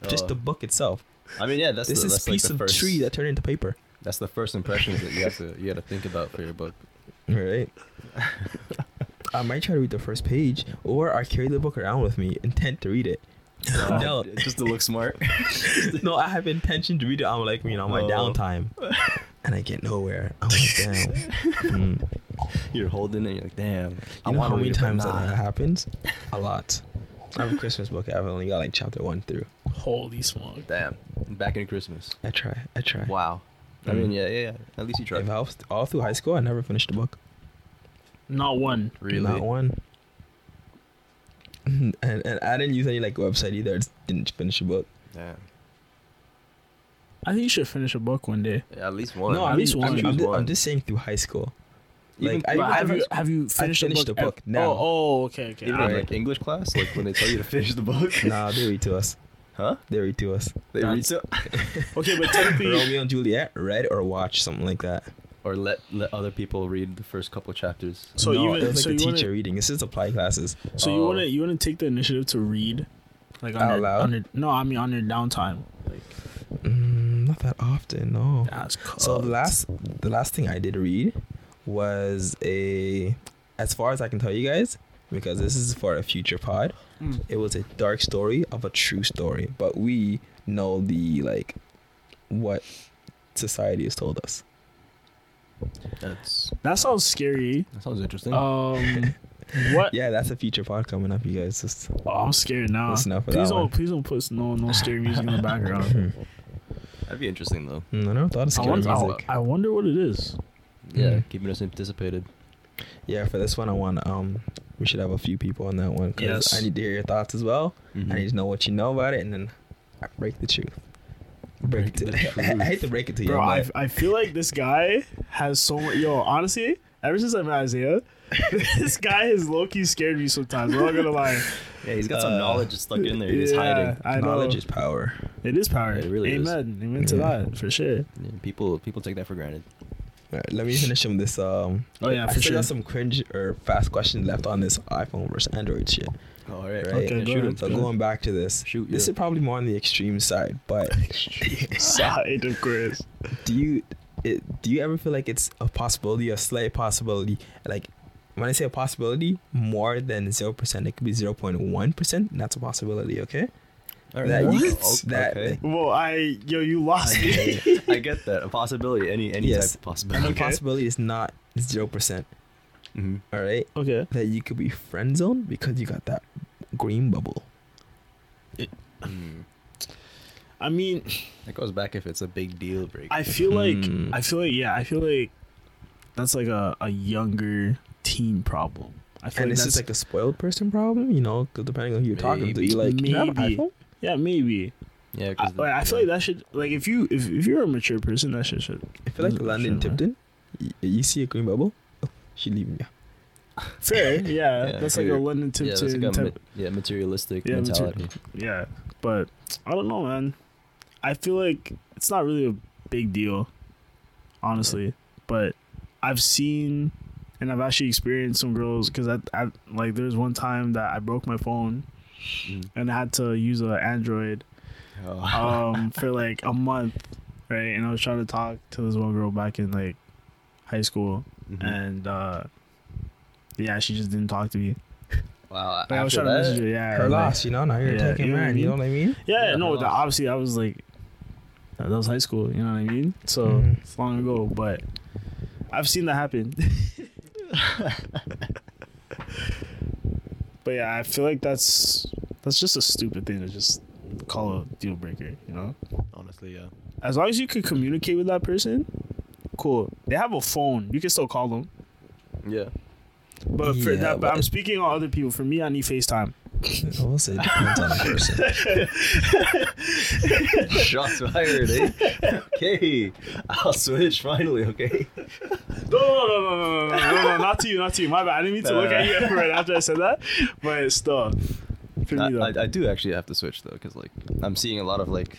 Oh. just the book itself. I mean, yeah, that's this the, is that's piece like the of first, tree that turned into paper. That's the first impressions that you have to you got to think about for your book. Right. I might try to read the first page, or I carry the book around with me, intent to read it. No. just to look smart. no, I have intention to read it on like you know my Oh. downtime, and I get nowhere. I'm like, damn. Hmm. You're holding it. You're like, damn. You know wanna how many read it, but times nah. that happens? A lot. I have a Christmas book. I've only got like chapter one through. Holy smoke! Damn. Back in Christmas. I try. I try. Wow. I Mm. mean, yeah, yeah, yeah. At least you If tried. I was all through Oh. high school, I never finished a book. Not one. Really. Not one. And, and I didn't use any like website either. I just didn't finish a book. Damn. I think you should finish a book one day. Yeah, at least one. no, at I'm, least I'm, one. I'm, Choose ju- one. I'm just saying through high school. Even- Like I, But even have never- you have you finished, finished the the book? ev- book now. Oh, oh, okay, okay. Even I- in like English class, like when they tell you to finish the book. nah, they read to us. Huh? They read to us. They read so okay, but technically, Romeo and Juliet, read or watch something like that. or let let other people read the first couple chapters. so No, even it was so, like you the wanna, teacher reading. This is apply classes. so you Oh. wanna you wanna take the initiative to read, uh, like on Out your, loud? on your- no, I mean on your downtime. Like Mm, not that often. No. that's cool. So the last the last thing I did read was a as far as I can tell you guys, because this is for a future pod, Mm. it was a dark story of a true story. But we know the like what society has told us. That's that sounds scary. that sounds Mm. interesting. Um, what? Yeah, that's a future pod coming up, you guys. Just Oh, I'm scared now. listen out for Please that don't, one. please don't put no, no scary music in the background. Hmm. That'd be interesting though. Mm, I never thought of I scary wonder, music. I, I wonder what it is. Yeah, Mm. keeping us anticipated. Yeah, for this one, I want um, we should have a few people on that one because Yes. I need to hear your thoughts as well. Mm-hmm. I need to know what you know about it, and then I break the truth. Break, Break it. the to, I, hate to break it to you, Bro, I, but I feel like this guy has so much. Yo, honestly, ever since I met Isaiah, this guy has low key scared me sometimes. I'm not gonna lie. Yeah, he's got some Uh, knowledge just stuck in there. He's yeah, hiding. I know. knowledge is power. It is power. It really is. Amen. Amen to Yeah. that for sure. Yeah, people people take that for granted. All right, let me finish him this. Um, Oh, yeah, I for still sure. got some cringe or fast questions left on this iPhone versus Android shit. Oh, All right, Right. Okay, go Yeah, shoot ahead. him. So going back to this, Shoot, this yeah. is probably more on the extreme side. But Side of Chris. do you it, do you ever feel like it's a possibility, a slight possibility? Like when I say a possibility, more than zero percent, it could be zero point one percent. That's a possibility. Okay. All right. That What? you- Oh, that- okay. Well, I yo, you lost me. I get that. A possibility. Any any Yes. type of Any possibility. possibility is not zero percent. hmm All right. okay. that you could be friend zoned because you got that green bubble. I mean, Mm-hmm. That goes back if it's a big deal break. I feel like Hmm. I feel like yeah, I feel like that's like a, a younger teen problem. I feel And like this is that's like a spoiled person problem, you know, 'cause depending on who you're talking to, Maybe. you like, "Can I have an Maybe. iPhone?" yeah, maybe. yeah, I, the- like, I feel yeah. like that should like if you if, if you're a mature person, that should should I feel like Mm, Sure, London man. Tipton, you, you see a green bubble, oh, she leaving you. fair. Yeah, Yeah, that's I like a figure- London yeah, that's Tipton like a, type. ma- yeah, materialistic Yeah, mater- mentality. yeah, but I don't know, man. I feel like it's not really a big deal, honestly. But I've seen and I've actually experienced some girls because I, I like there's one time that I broke my phone Mm. and I had to use an Android Oh. um for like a month, right? And I was trying to talk to this one girl back in like high school, Mm-hmm. Mhm. and uh yeah, she just didn't talk to me. Wow. Like, I was after trying to message her, yeah. Her and, like, loss, you know. Now you're Yeah, taking you know what I man. You know what I mean? Yeah, Yeah, no, no. that obviously I was like, that was high school, you know what I mean? So Mm-hmm. Mhm. it's long ago, but I've seen that happen. but yeah, I feel like that's that's just a stupid thing to just call a deal breaker, you know? honestly, yeah. As long as you can communicate with that person, cool. They have a phone, you can still call them. Yeah. But for Yeah, that, but but- I'm speaking on other people. For me, I need FaceTime. I will say it depends on the person. Shots fired, eh? Okay, I'll switch finally. Okay. No, no, no, no, no, no, no, no, no, not to you, not to you. My bad. I didn't mean to look at Uh. you right after I said that, but still, for I, me though, I, I do actually have to switch though, because like I'm seeing a lot of like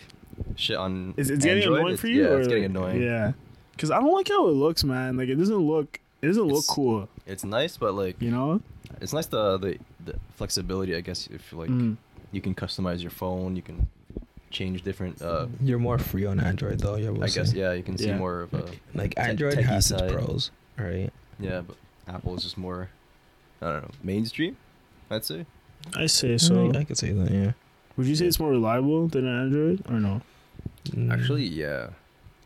shit on. it's, it's getting Android. annoying It's- for you. Yeah, or it's getting like- annoying. Yeah, because I don't like how it looks, man. Like it doesn't look, it doesn't look It's- cool. It's nice, but like You know? it's nice the the, the flexibility, I guess. If like Mm. you can customize your phone, you can change different. Uh, You're more free on Android though. Yeah, I guess yeah, you can see Yeah. more of a Like Tech- Android techie has its side. pros, right? yeah, but Apple is just more. I don't know mainstream. I'd say I say so. Mm, I, I could say that. Yeah. Would you say it's more reliable than an Android or no? Mm, actually yeah.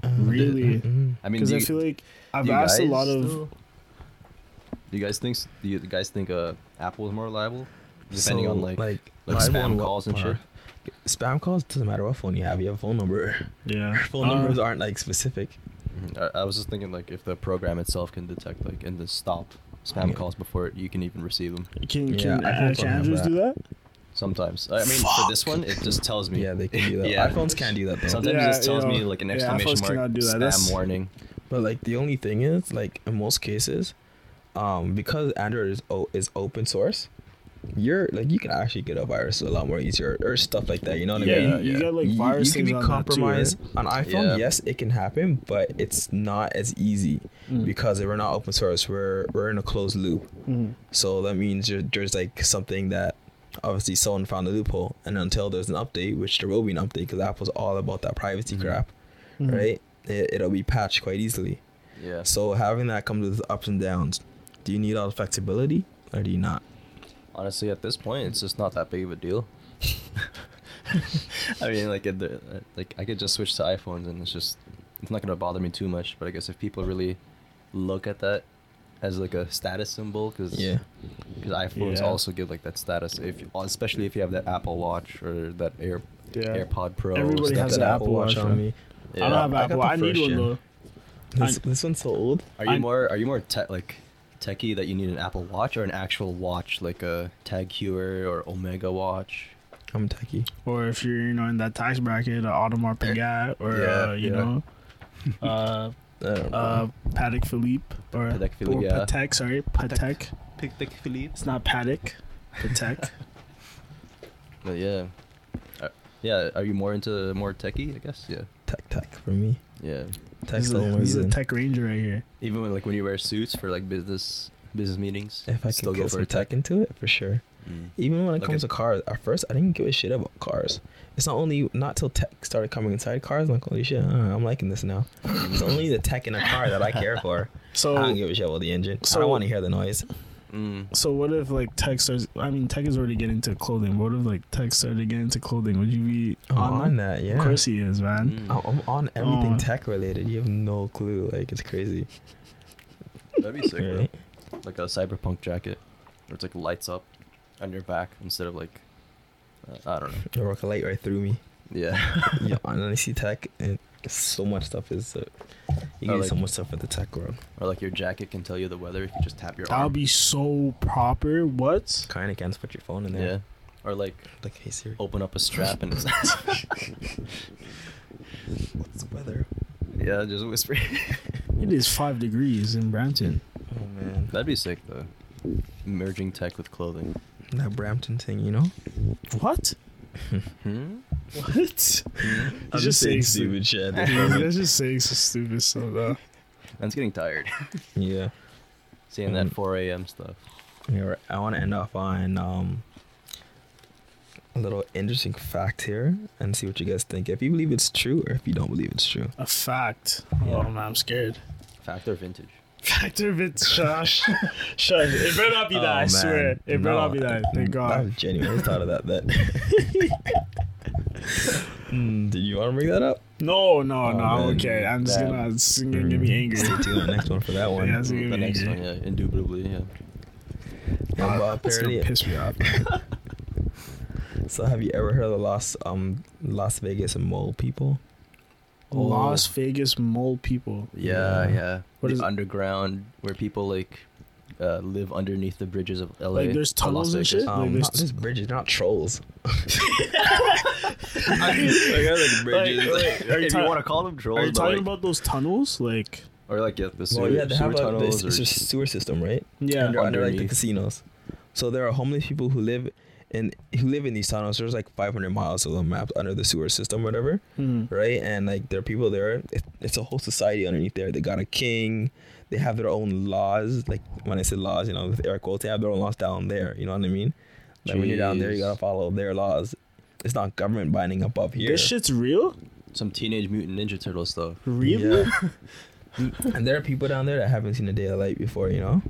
um, really? mm, I mean, Because do I you- feel like I've Do you asked a guys lot of. still- Do you guys think? s- Do you guys think uh, Apple is more reliable, depending so, on like like, like liable spam on what calls and shit? part? Spam calls doesn't matter what phone you have. You have a phone number. Yeah. Phone Uh, numbers aren't like specific. Mhm. I, I was just thinking like if the program itself can detect like and just stop spam Yeah. calls before you can even receive them. Can Yeah, can, I uh, hope can I have Andrews do that? Sometimes I mean for this one it just tells me. Yeah, they can do that. Yeah. iPhones can do that though. Sometimes Yeah, it just tells you me know, like an yeah, exclamation iPhones mark cannot do that. spam That's- warning. But like the only thing is, like in most cases, um, because Android is o- is open source, you're like you can actually get a virus a lot more easier or stuff like that. You know what Yeah, I mean? you- you Yeah. got, like, virus You, can things be on that too, compromised on iPhone. Yeah. Yes, it can happen, but it's not as easy Mm. because we're not open source. We're we're in a closed loop. Mhm. So that means you're, there's like something that obviously someone found a loophole, and until there's an update, which there will be an update because Apple's all about that privacy Mhm. crap, Mhm. right? It, it'll be patched quite easily. Yeah. So having that comes with ups and downs. Do you need all the flexibility or do you not? Honestly, at this point, it's just not that big of a deal. I mean, like, it, the- like I could just switch to iPhones, and it's just it's not gonna bother me too much. But I guess if people really look at that as like a status symbol, because Yeah. iPhones Yeah. also give like that status. If especially if you have that Apple Watch or that Air Yeah. AirPod Pro, Everybody stuff has like an Apple Watch, right? I Yeah. don't have I got Apple. the I need first one gen. though. This, I- this one's so old. Are you I'm- more are you more tech like techie that you need an Apple Watch or an actual watch like a Tag Heuer or Omega Watch? I'm techie. Or if you're you know in that tax bracket, uh, Audemars Piguet, or Eh, Yeah, uh, you yeah. know, uh, I don't know. uh, Patek Philippe or Patek or Philippe, yeah. Patek. Sorry, Patek. Patek Philippe. It's not Patek. Patek. But yeah. Are- Uh, yeah, are you more into more techie, I guess? Yeah. tech, tech for me. Yeah. Tech's this, is the a, only this is a reason. Tech Ranger right here. Even when like when you wear suits for like business business meetings, If I still could go get for a some tech into it, for sure. Mm. Even when it Like comes a- to cars, at first I didn't give a shit about cars. It's not only not till tech started coming inside cars. I'm like, holy shit, uh, I'm liking this now. it's Mm. only the tech in a car that I care for. So I Ah, don't give a shit about the engine. I so- don't want to hear the noise. Mm. So what if like tech starts? I mean, tech is already getting into clothing. What if like tech started getting into clothing? Would you be Oh, I'm on? on that, yeah. Of course he is, man. Mm. I'm Oh, I'm on everything Oh. tech related. You have no clue. Like it's crazy. That'd be sick, bro. right? Like a cyberpunk jacket. Where it's like lights up on your back instead of like uh, I don't know. The rocket light right through me. Yeah. yeah, honestly, tech and so much stuff is. Uh, you I get Oh, like- so much stuff with the tech world. or like your jacket can tell you the weather if you just tap your That arm. would be so proper. What? Kind of can just put your phone in yeah. Oh. there. Or like Like hey Siri, open up a strap and it's what's the weather? Oh, yeah, just whisper. It is five degrees in Brampton. Oh man, That'd be sick though. Merging tech with clothing. that Brampton thing, you know? What? Hmm? What? Hmm? I'm just saying stupid shit. That's just saying some stupid stuff. Though. Man's getting tired. yeah. Seeing that Mm. 4 a.m. stuff. Yeah, right. I want to end off on um, a little interesting fact here and see what you guys think. If you believe it's true or if you don't believe it's true. A fact. Yeah. Oh man, I'm scared. Fact or vintage? Factor bit shush. shush. It better not be that. Oh, I man. swear. It better No, Mm, not be that. Thank I God. genuinely thought of that. That. Hmm. mm, did you want to bring that up? No, no, Oh, no. man. Mm. I'm okay. I'm just Damn. gonna. It's gonna get me angry. Stay tuned on the next one for that one. Yeah, it's gonna The get me next angry. one, yeah, indubitably, yeah. Yeah, but It's gonna apparently- piss me off. so, have you ever heard of the Las um Las Vegas mole people? Oh. Las Vegas mole people. Yeah, Yeah. yeah. What the is- underground where people like uh, live underneath the bridges of LA. Like, there's or Las tunnels and Vegas. shit? Like, Um, there's not t- just bridges, not trolls. I mean, like, I like bridges. Like, Are you if ta- you want to call them trolls, Are you but, talking like- about those tunnels? Like, or like yeah, the sewer, well, yeah, they sewer have like, tunnels this, or it's a sewer system, right? yeah, under, under like the Underneath. casinos. So there are homeless people who live in who live in these tunnels. There's like 500 miles of them mapped under the sewer system, whatever, Hmm. right? And like there are people there. It, it's a whole society underneath there. They got a king. They have their own laws. Like when I say laws, you know, with air quotes, they have their own laws down there. You know what I mean? Like when you're down there, you Jeez. gotta follow their laws. It's not government binding up up here. this shit's real, some Teenage Mutant Ninja Turtle stuff. really. and there are people down there that haven't seen a day of light before. You know?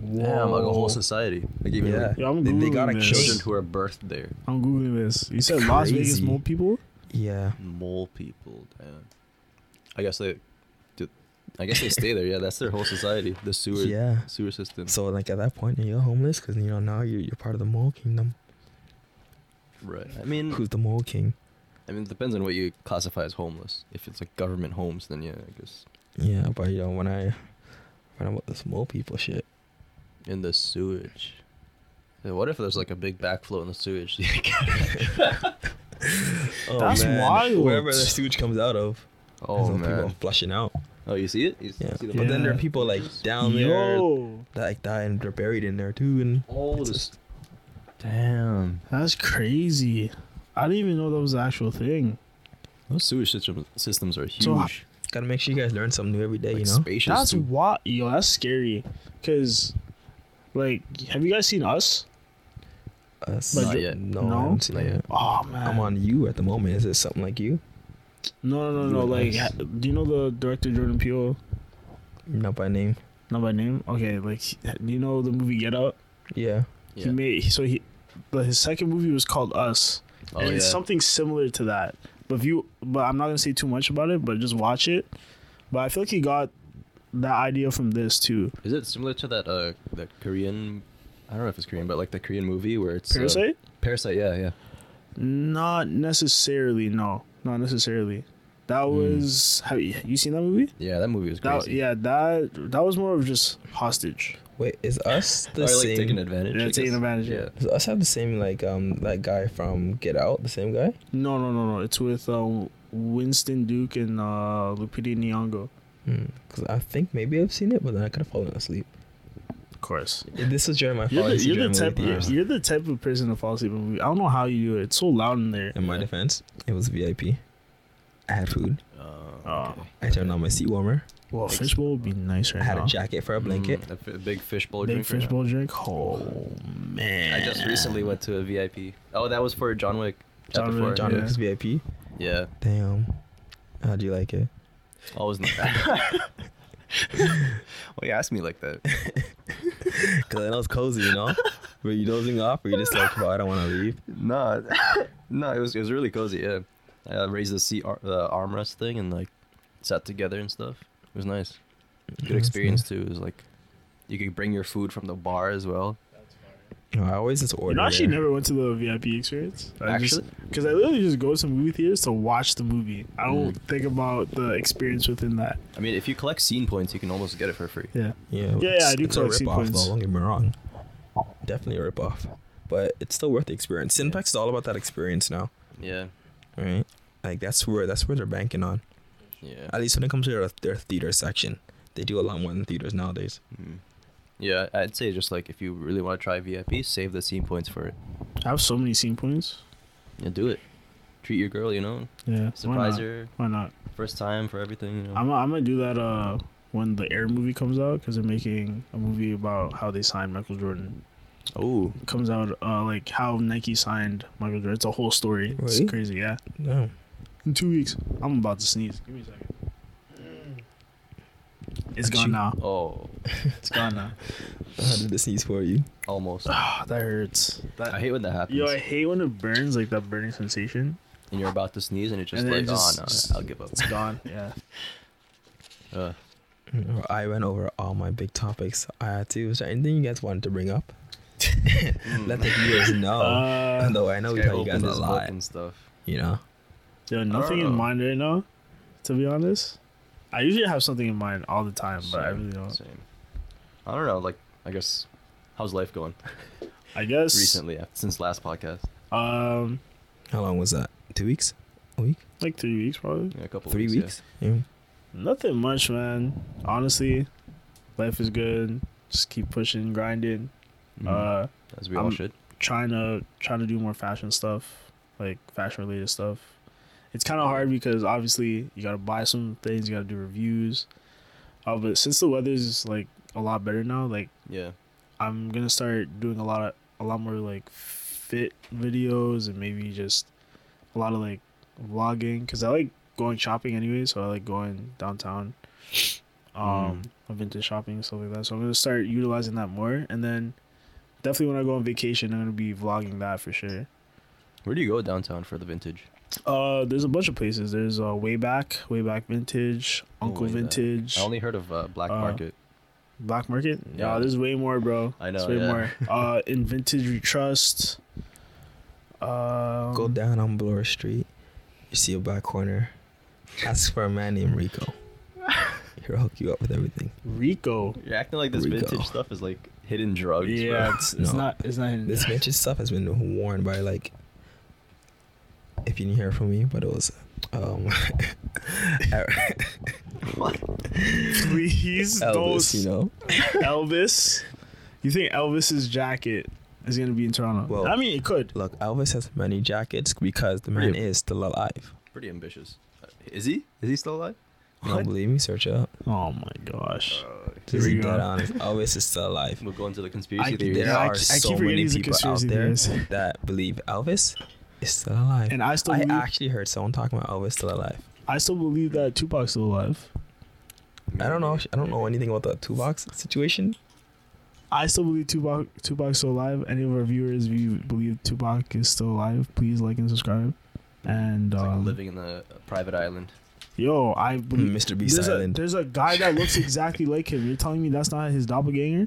Damn, like a Whoa. whole society. Like even yeah. like, Yo, I'm they, they got a Googling this. children king. who are birthed there. I'm googling this. You said Las Vegas Crazy. mole people. Yeah. Mole people. Damn. I guess they, dude, I guess they stay there. Yeah, that's their whole society. The sewer, Yeah. sewer system. So like at that point, you're homeless because you know now you're, you're part of the mole kingdom. Right. I mean, Who's the mole king? I mean, it depends on what you classify as homeless. If it's like government homes, then yeah, I guess Yeah, but you know when I when about this mole people shit, in the sewage. Yeah, What if there's like a big backflow in the sewage? oh, That's wild. Wherever the sewage comes out of, oh there's no man. people flushing out. Oh, you see it? You s- Yeah. see the but then there are Yeah. people like down there Yo, that like die and they're buried in there too. And Oh, It's this. Damn. that's crazy. I didn't even know that was the actual thing. Those sewage system, systems are huge. So, gotta make sure you guys learn something new every day. like you know. spacious. That's too. what yo, that's scary. Cause, like, have you guys seen us? Us. Like Not yet. No, No? I haven't seen Not it yet. yet. Oh man, I'm on you at the moment. Is it something like you? No, no, no, no. You Like, and us. ha- do you know the director Jordan Peele? Not by name. Not by name. Okay, like, do you know the movie Get Out? Yeah. He made so he, but his second movie was called Us, Oh, and it's yeah. something similar to that. But if you, but I'm not gonna say too much about it. But just watch it. But I feel like he got that idea from this too. Is it similar to that uh that Korean? I don't know if it's Korean, but like the Korean movie where it's uh, Parasite? Parasite, yeah, yeah. Not necessarily. No, not necessarily. That Hmm. was have you, you seen that movie? Yeah, that movie was crazy. That, yeah, that that was more of just hostage. Wait, is us the or like same? taking advantage. Yeah, I taking guess. advantage, yeah. Yeah. Does us have the same like um that guy from Get Out, the same guy? No, no, no, no. It's with um, Winston Duke and uh, Lupita Nyong'o. Because Hmm. I think maybe I've seen it, but then I could have fallen asleep. Of course. If This was during my You're falling the, asleep you're during the type movie you're, theaters. you're the type of person to fall asleep in a movie. I don't know how you do it. It's so loud in there. In my defense, it was VIP. I had food. Uh, Oh. okay. I turned on my seat warmer. Well, fishbowl would be nice right I had now. a jacket for a blanket. Mm, a fi- big fishbowl Big drink. right now. fishbowl drink. Oh man. I just recently went to a VIP. Oh, that was for John Wick. Chapter John Wick, four. John yeah. Wick's VIP. Yeah. Damn. How'd you like it? I was. Why you ask me like that? Because I know it's cozy, you know? Were you dozing off? Were you just like, bro, I don't want to leave? No, no, it was it was really cozy. Yeah, I uh, raised the seat ar- the armrest thing and like sat together and stuff. It was nice. Good experience too. It was like you could bring your food from the bar as well. No, I always just You order. know, I actually there. never went to the VIP experience. I just- Actually, Because I literally just go to movie theaters to watch the movie. I don't Mm. think about the experience within that. I mean, if you collect scene points, you can almost get it for free. Yeah. Yeah, Yeah, it's, I do it's a collect seed rip-off, coins. though. Don't get me wrong. Definitely a rip-off. But it's still worth the experience. Yeah. Cineplex is all about that experience now, Yeah, right? Like that's where that's where they're banking on. yeah, At least when it comes to their, their theater section, they do a lot more than theaters nowadays. Mm. yeah. I'd say just like if you really want to try VIP, save the scene points for it. I have so many scene points. Yeah, do it. Treat your girl, you know. Yeah. Surprise why not? her. Why not? First time for everything. You know. I'm, I'm gonna do that uh when the Air movie comes out because they're making a movie about how they signed Michael Jordan. oh, It comes out uh like how Nike signed Michael Jordan. It's a whole story. Really? It's crazy. Yeah. No. In two weeks, I'm about to sneeze. Give me a second. It's gone Achoo. now. oh, It's gone now. How did this sneeze for you? almost. Ah, that hurts. I That, hate when that happens. yo, I hate when it burns like that burning sensation. and you're about to sneeze and it just And then like it just- oh just- no i'll give up It's gone. Yeah. uh, I went over all my big topics. I had to. Is there anything you guys wanted to bring up? Hmm. Let the viewers know. Uh, Though I know we tell you guys a his book lot, and stuff you know. Yo, nothing in know. mind right now, to be honest. I usually have something in mind all the time, but I Same, really don't. same. I don't know. Like, I guess, how's life going I guess. recently af- since last podcast? Um, How long was that? Two weeks? A week? like three weeks probably. Yeah, a couple. Three yeah. weeks? Yeah. Nothing much, man. Honestly, life is good. Just keep pushing, grinding. Mhm. Uh, As we all I'm- should. trying to trying to do more fashion stuff, like fashion related stuff. It's kind of hard because obviously you gotta buy some things, you gotta do reviews. Uh, but since the weather's like a lot better now, like Yeah. I'm gonna start doing a lot of a lot more like fit videos and maybe just a lot of like vlogging because I like going shopping anyway. So I like going downtown, Mm. um, vintage shopping and stuff like that. So I'm gonna start utilizing that more, and then definitely when I go on vacation, I'm gonna be vlogging that for sure. Where do you go downtown for the vintage? Uh, there's a bunch of places. There's uh, Wayback, Wayback Vintage, Oh, Uncle Wayback. Vintage, I only heard of uh, Black Uh, Market. Black Market. Yeah, Yeah. there's way more, bro. I know, There's way yeah. more. Uh, in Vintage We Trust. Um, Go down on Bloor Street. You see a back corner. Ask for a man named Rico. He'll hook you up with everything. Rico. You're acting like this Rico. vintage stuff is like hidden drugs. Yeah, bro. it's, it's Oh, No. not it's not hidden. This vintage stuff has been worn by like. If you didn't hear from me, but it was, um, Please Elvis, you know. don't Elvis. You think Elvis's jacket is gonna be in Toronto? Well- I mean, it could. Look, Elvis has many jackets because the man Really? is still alive. Pretty ambitious. Uh, Is he? Is he still alive? You don't What? believe me? Search it up. Oh my Uh, gosh. Here Just we go. dead honest. Elvis is still alive. We'll go into the conspiracy I- theory. There Yeah, I are ke- I keep so forgetting many he's a people out conspiracy there theorist. that believe Elvis is still alive. And I still I believe, I, actually heard someone talking about Elvis still alive. still believe that Tupac's still alive. I don't know. I don't know anything about the two box situation. I still believe Tupac Tupac's still alive. Any of our viewers, if you believe Tupac is still alive, please like and subscribe. And It's like um, living in a a private island. yo, I believe Mr. Beast there's a, Island. there's a guy that looks exactly like him. You're telling me that's not his doppelganger?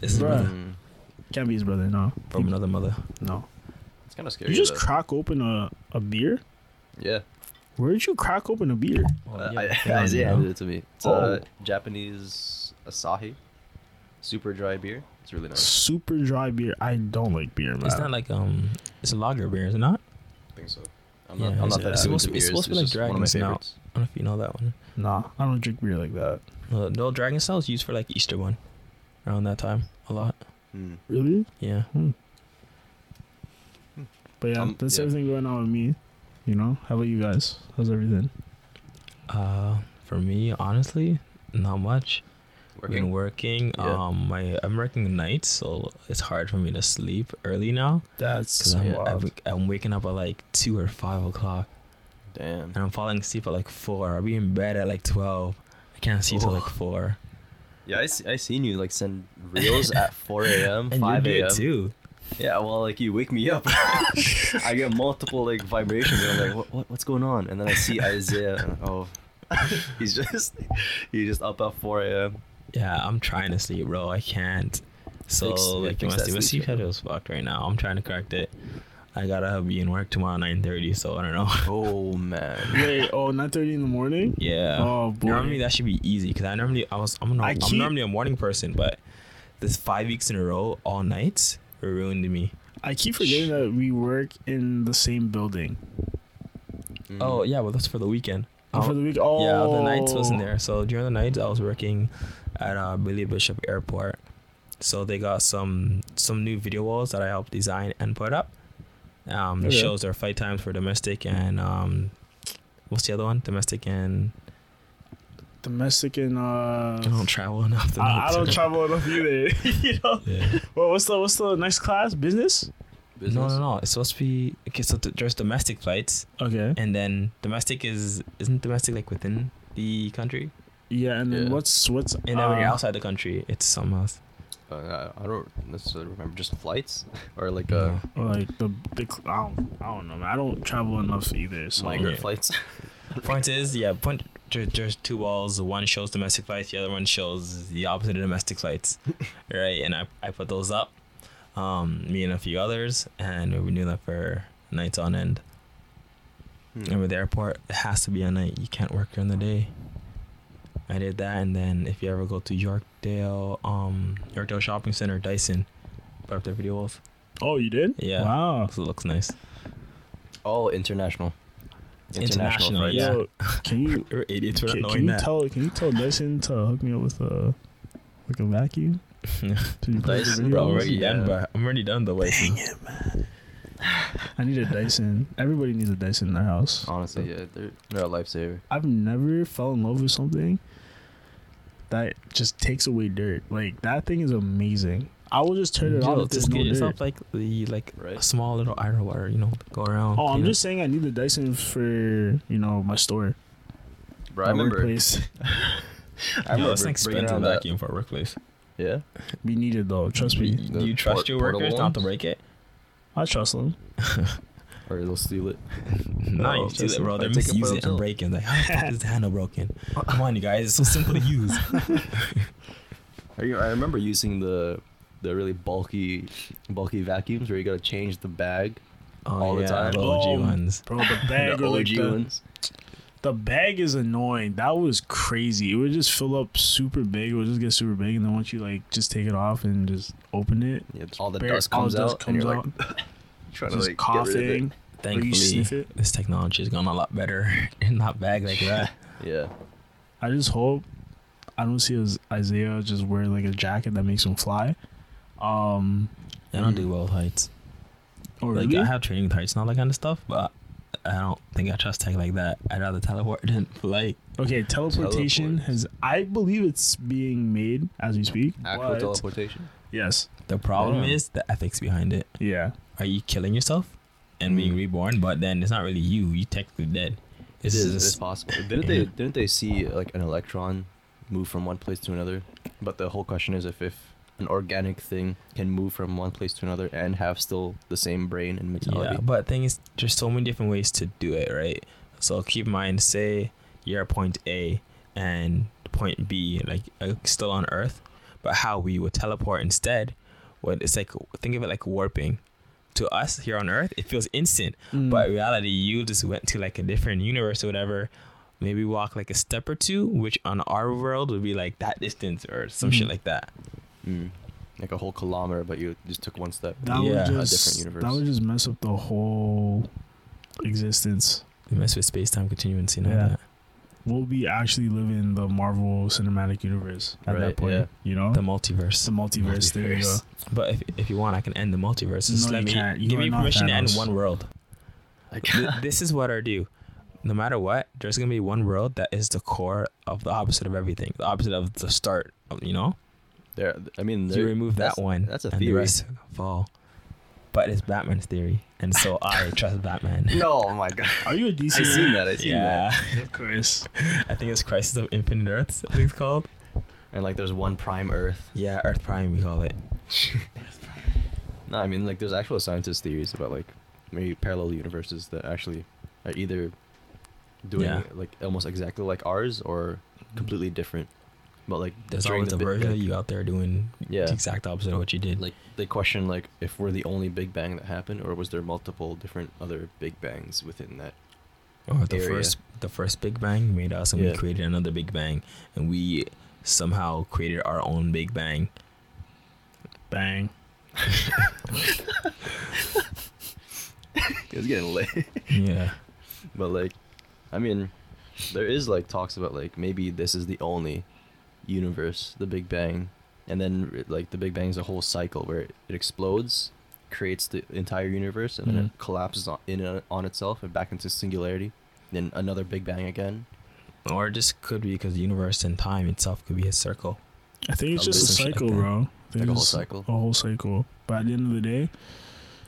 This is Bruh. from- Mm. Can't be his brother. No, from another mother. no. It's kind of scary. You just though. crack open a, a beer? yeah. Where did you crack open a beer? Uh, Oh, yeah, I, yeah, Isaiah you know. handed it to me. It's uh, Oh. Japanese Asahi, super dry beer. It's really nice. Super dry beer. I don't like beer, man. It's not like um, it's a lager beer, is it not? I think so. I'm Yeah, not, I'm it's- not that it's into supposed to be- beers. it's supposed to be just like one of my Dragon's Snout. favorites. I don't know if you know that one. nah, I don't drink beer like that. Uh, no, Dragon Cell is used for like Easter one, around that time a lot. Mm. Really? Yeah. But yeah, Um, that's yeah. everything going on with me. You know? How about you guys? How's everything? Uh, for me, honestly, not much. Been Working. working. Yeah. Um, my I'm working nights, so it's hard for me to sleep early now. That's Cause I'm, wild. I'm, I'm waking up at like two or five o'clock, Damn. and I'm falling asleep at like four. I'll be in bed at like twelve. I can't see till like four. Yeah, I, see, I seen you like send reels at 4 a.m., And 5 you're a.m. good too. Yeah, well, like you wake me up. I get multiple like vibrations, and I'm like, what, what, what's going on? And then I see Isaiah. And, oh, he's just he's just up at 4 a.m. Yeah, I'm trying to sleep, bro. I can't. So Fix- yeah, like fix my that sleep, my sleep sleep schedule schedule. is fucked right now. I'm trying to correct it. I gotta be in work tomorrow nine thirty, so I don't know. Oh man. Wait, oh, 9.30 in the morning? yeah. Oh, boy. Normally that should be easy because I normally I was I'm, no, I I'm keep- normally a morning person, but this five weeks in a row all nights ruined me. I keep forgetting that we work in the same building. Mm. Oh yeah, well that's for the weekend. Oh, for the Oh. week? Oh. Yeah, the nights wasn't there. So during the nights, I was working at uh, Billy Bishop Airport. So they got some some new video walls that I helped design and put up. Um, it Okay. shows their flight times for domestic and um, what's the other one? Domestic and Domestic and, uh... I don't travel enough. To know I, I don't too. travel enough either. you know? Yeah. Well, what's the, what's the next class? Business? No, Business? no, no. It's supposed to be okay. So th- there's domestic flights, Okay. and then domestic is isn't domestic like within the country, Yeah, and then Yeah. what's, what's... and then when you're uh, outside the country, it's something else. Uh, I I don't necessarily remember. Just flights or like uh, Or like the, the cl- I, don't, I don't know man. I don't travel enough either. So migrant yeah. flights. Point is, yeah, point. There, there's two walls. One shows domestic flights. The other one shows the opposite of domestic flights, right? And I, I put those up, um, me and a few others, and we've been doing that for nights on end. Hmm. Hmm. And with the airport, it has to be a night. You can't work during the day. I did that, and then if you ever go to Yorkdale, um, Yorkdale Shopping Center, Dyson, put up their video walls. Oh, you did? Yeah, Wow. so it looks nice. All international. International, Oh, right? Yeah. Yo, can you We're idiots for not can, knowing can you that. tell can you tell Dyson to hook me up with a like a vacuum? To put up the Dyson, Bro, videos? I'm already Yeah. done, but I'm already done the way. I need a Dyson. Everybody needs a Dyson in their house. Honestly, yeah, they're they're a lifesaver. I've never fell in love with something that just takes away dirt. Like that thing is amazing. I will just turn it on if there's just no get yourself dirt. like the like Right. a small little iron wire, you know, go around. Oh, I'm clean it. just saying I need the Dyson for you know my store, Bro, I my remember. workplace. Yo, I remember it's an bringing expensive that- vacuum for a workplace. Yeah. We need it though. Trust Do you, me, do The you trust port- your portable workers not to ones? break it? I trust them. Or they'll steal it. No, No, you do just that, bro. They're take it for misusing it and themselves. breaking. Like, how the fuck is the handle broken? Come on, you guys. It's so simple to use. Are you, I remember using the the really bulky bulky vacuums where you gotta change the bag. Oh, All the yeah, time. The OG Oh, ones. Bro, the bag the or like OG the, ones. the bag is annoying. That was crazy. It would just fill up super big. It would just get super big, and then once you like just take it off and just open it, Yeah, all the bare- dust comes all out. dust and comes you're out. like trying to just like get rid coughing. of Or you sniff Thankfully, it. this technology has gone a lot better and not bag like that. it. Yeah. I just hope I don't see Is- Isaiah just wear like a jacket that makes him fly. Um, I don't do well with heights. oh Like, really? I have training with heights and all that kind of stuff, but I don't think I trust tech like that. I'd rather teleport than fly. okay, teleportation Teleport. has. I believe it's being made as we speak. Actual but- teleportation. Yes. The problem Yeah. is the ethics behind it. Yeah. Are you killing yourself and being Mm. reborn? But then it's not really you. You technically dead. It's It is. just- It's possible. Didn't they? Didn't they see like an electron move from one place to another? But the whole question is if if an organic thing can move from one place to another and have still the same brain and mentality. Yeah, but thing is, there's so many different ways to do it, right? So keep in mind, say you're at point A and point B, like uh, still on Earth, but how we would teleport instead, would it's like think of it like warping. To us here on Earth, it feels instant, Hmm. but in Mm. reality, you just went to like a different universe or whatever. Maybe walk like a step or two, which on our world would be like that distance or some shit Mhm. like that. Mm. Like a whole kilometer, but you just took one step. yeah, that a would different just that universe. would just mess up the whole existence. You mess with space time continuance, you know Yeah. that. We'll be actually living the Marvel Cinematic Universe at that Right, point. yeah. You know, The the, multiverse. multiverse. There you go. Multiverse. But if, if you want, I can end the multiverse. Just let No, you me can't. You give are me not permission to end Thanos. one world. Like Th- this is what I do. No matter what, there's gonna be one world that is the core of the opposite of everything, the opposite of the start. of- You know, there. I mean, you there, remove that that's- one, That's a and the theory. rest fall. But it's Batman's theory, and so I trust Batman. No, oh my god. Are you a I DC? seen that. I seen yeah, fan? of course. I think it's Crisis of Infinite Earths. I think it's called. that. And like, there's one prime Earth. Yeah, Earth Prime we call it. No, I mean, like, there's actual scientist theories about like maybe parallel universes that actually are either doing Yeah. like almost exactly like ours or completely different. But like There's during always a Big version of Bang- you out there doing Yeah. the exact opposite of what you did. Like they question like if we're the only Big Bang that happened, or was there multiple different other Big Bangs within that? Or Oh, the area. first the first Big Bang made us and Yeah. we created another Big Bang and we somehow created our own Big Bang. Bang. It's getting lit. Yeah. But like, I mean, there is like talks about like maybe this is the only universe, the Big Bang, and then like the Big Bang is a whole cycle where it explodes, creates the entire universe, and Mm-hmm. then it collapses on, in and on itself and back into singularity, then another Big Bang again. Or it just could be because the universe and time itself could be a circle. I think it's Some just a bullshit like cycle, that. bro. I think Like a whole it's cycle. A whole cycle. But at the end of the day, I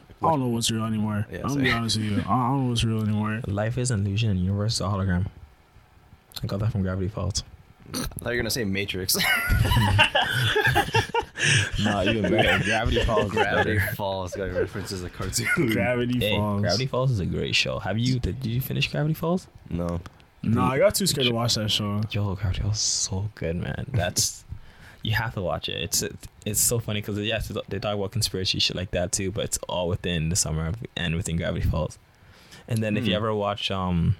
Like- don't know what's real anymore. Yeah, I'm gonna be same. honest with you. I I don't know what's real anymore. Life is an illusion and universe is a hologram. I got that from Gravity Falls. I thought you were gonna say Matrix. no, even better. Gravity Falls. Gravity Falls got references a cartoon. Gravity Hey, Falls. Gravity Falls is a great show. Have you did you finish Gravity Falls? No, No, I got too scared to watch that show. Yo, Gravity Falls is so good, man. That's you have to watch it. It's it's so funny because yes, they talk about conspiracy shit like that too, but it's all within the summer of- and within Gravity Falls. And then if you Hmm. ever watch um,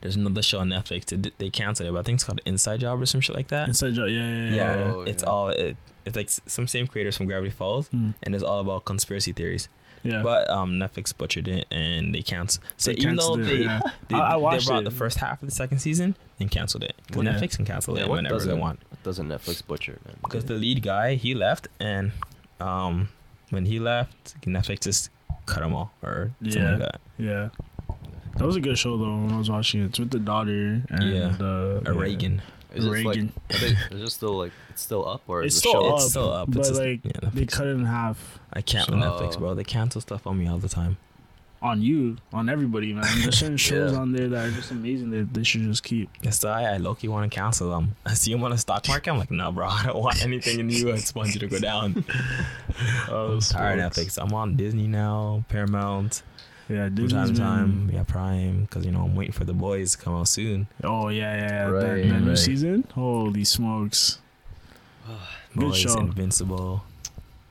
There's another show on Netflix. They, did- they canceled it, but I think it's called Inside Job or some shit like that. Inside job. Yeah, yeah, yeah. yeah, Oh, it's yeah. all it, it's like s- some same creators from Gravity Falls, Mm, and it's all about conspiracy theories. yeah. But um, Netflix butchered it and they canceled. So They even though canceled it, they, yeah. they, I- I they watched brought it. the first half of the second season and canceled it. 'Cause Yeah. Netflix can cancel Yeah, it what whenever they doesn't- want. Doesn't Netflix butcher it, man? Because the lead guy he left, and um, when he left, Netflix just cut him off or something Yeah. like that. yeah. That was a good show though. When I was watching it, it's with the daughter and Yeah. uh, Or Reagan. Is it like Reagan. are they, is it still like it's still up or It's is the still show It's up, still up. but it's just, like, yeah, They Netflix. cut it in half I can't So- with Netflix, bro. They cancel stuff on me all the time. on you, on everybody, man. There's certain shows on there that are just amazing that they should just keep. That's why I low-key want to cancel them. I see them on the stock market. I'm like, no, bro. I don't want anything in the U.S. want you to go down. Oh, Tired of Netflix. I'm on Disney now, Paramount, Yeah, from Disney's time to been- time, yeah, Prime. Because you know I'm waiting for the boys to come out soon. Oh yeah, yeah, yeah. that, Right, that new right. season. Holy smokes! Good Boys, show. Invincible.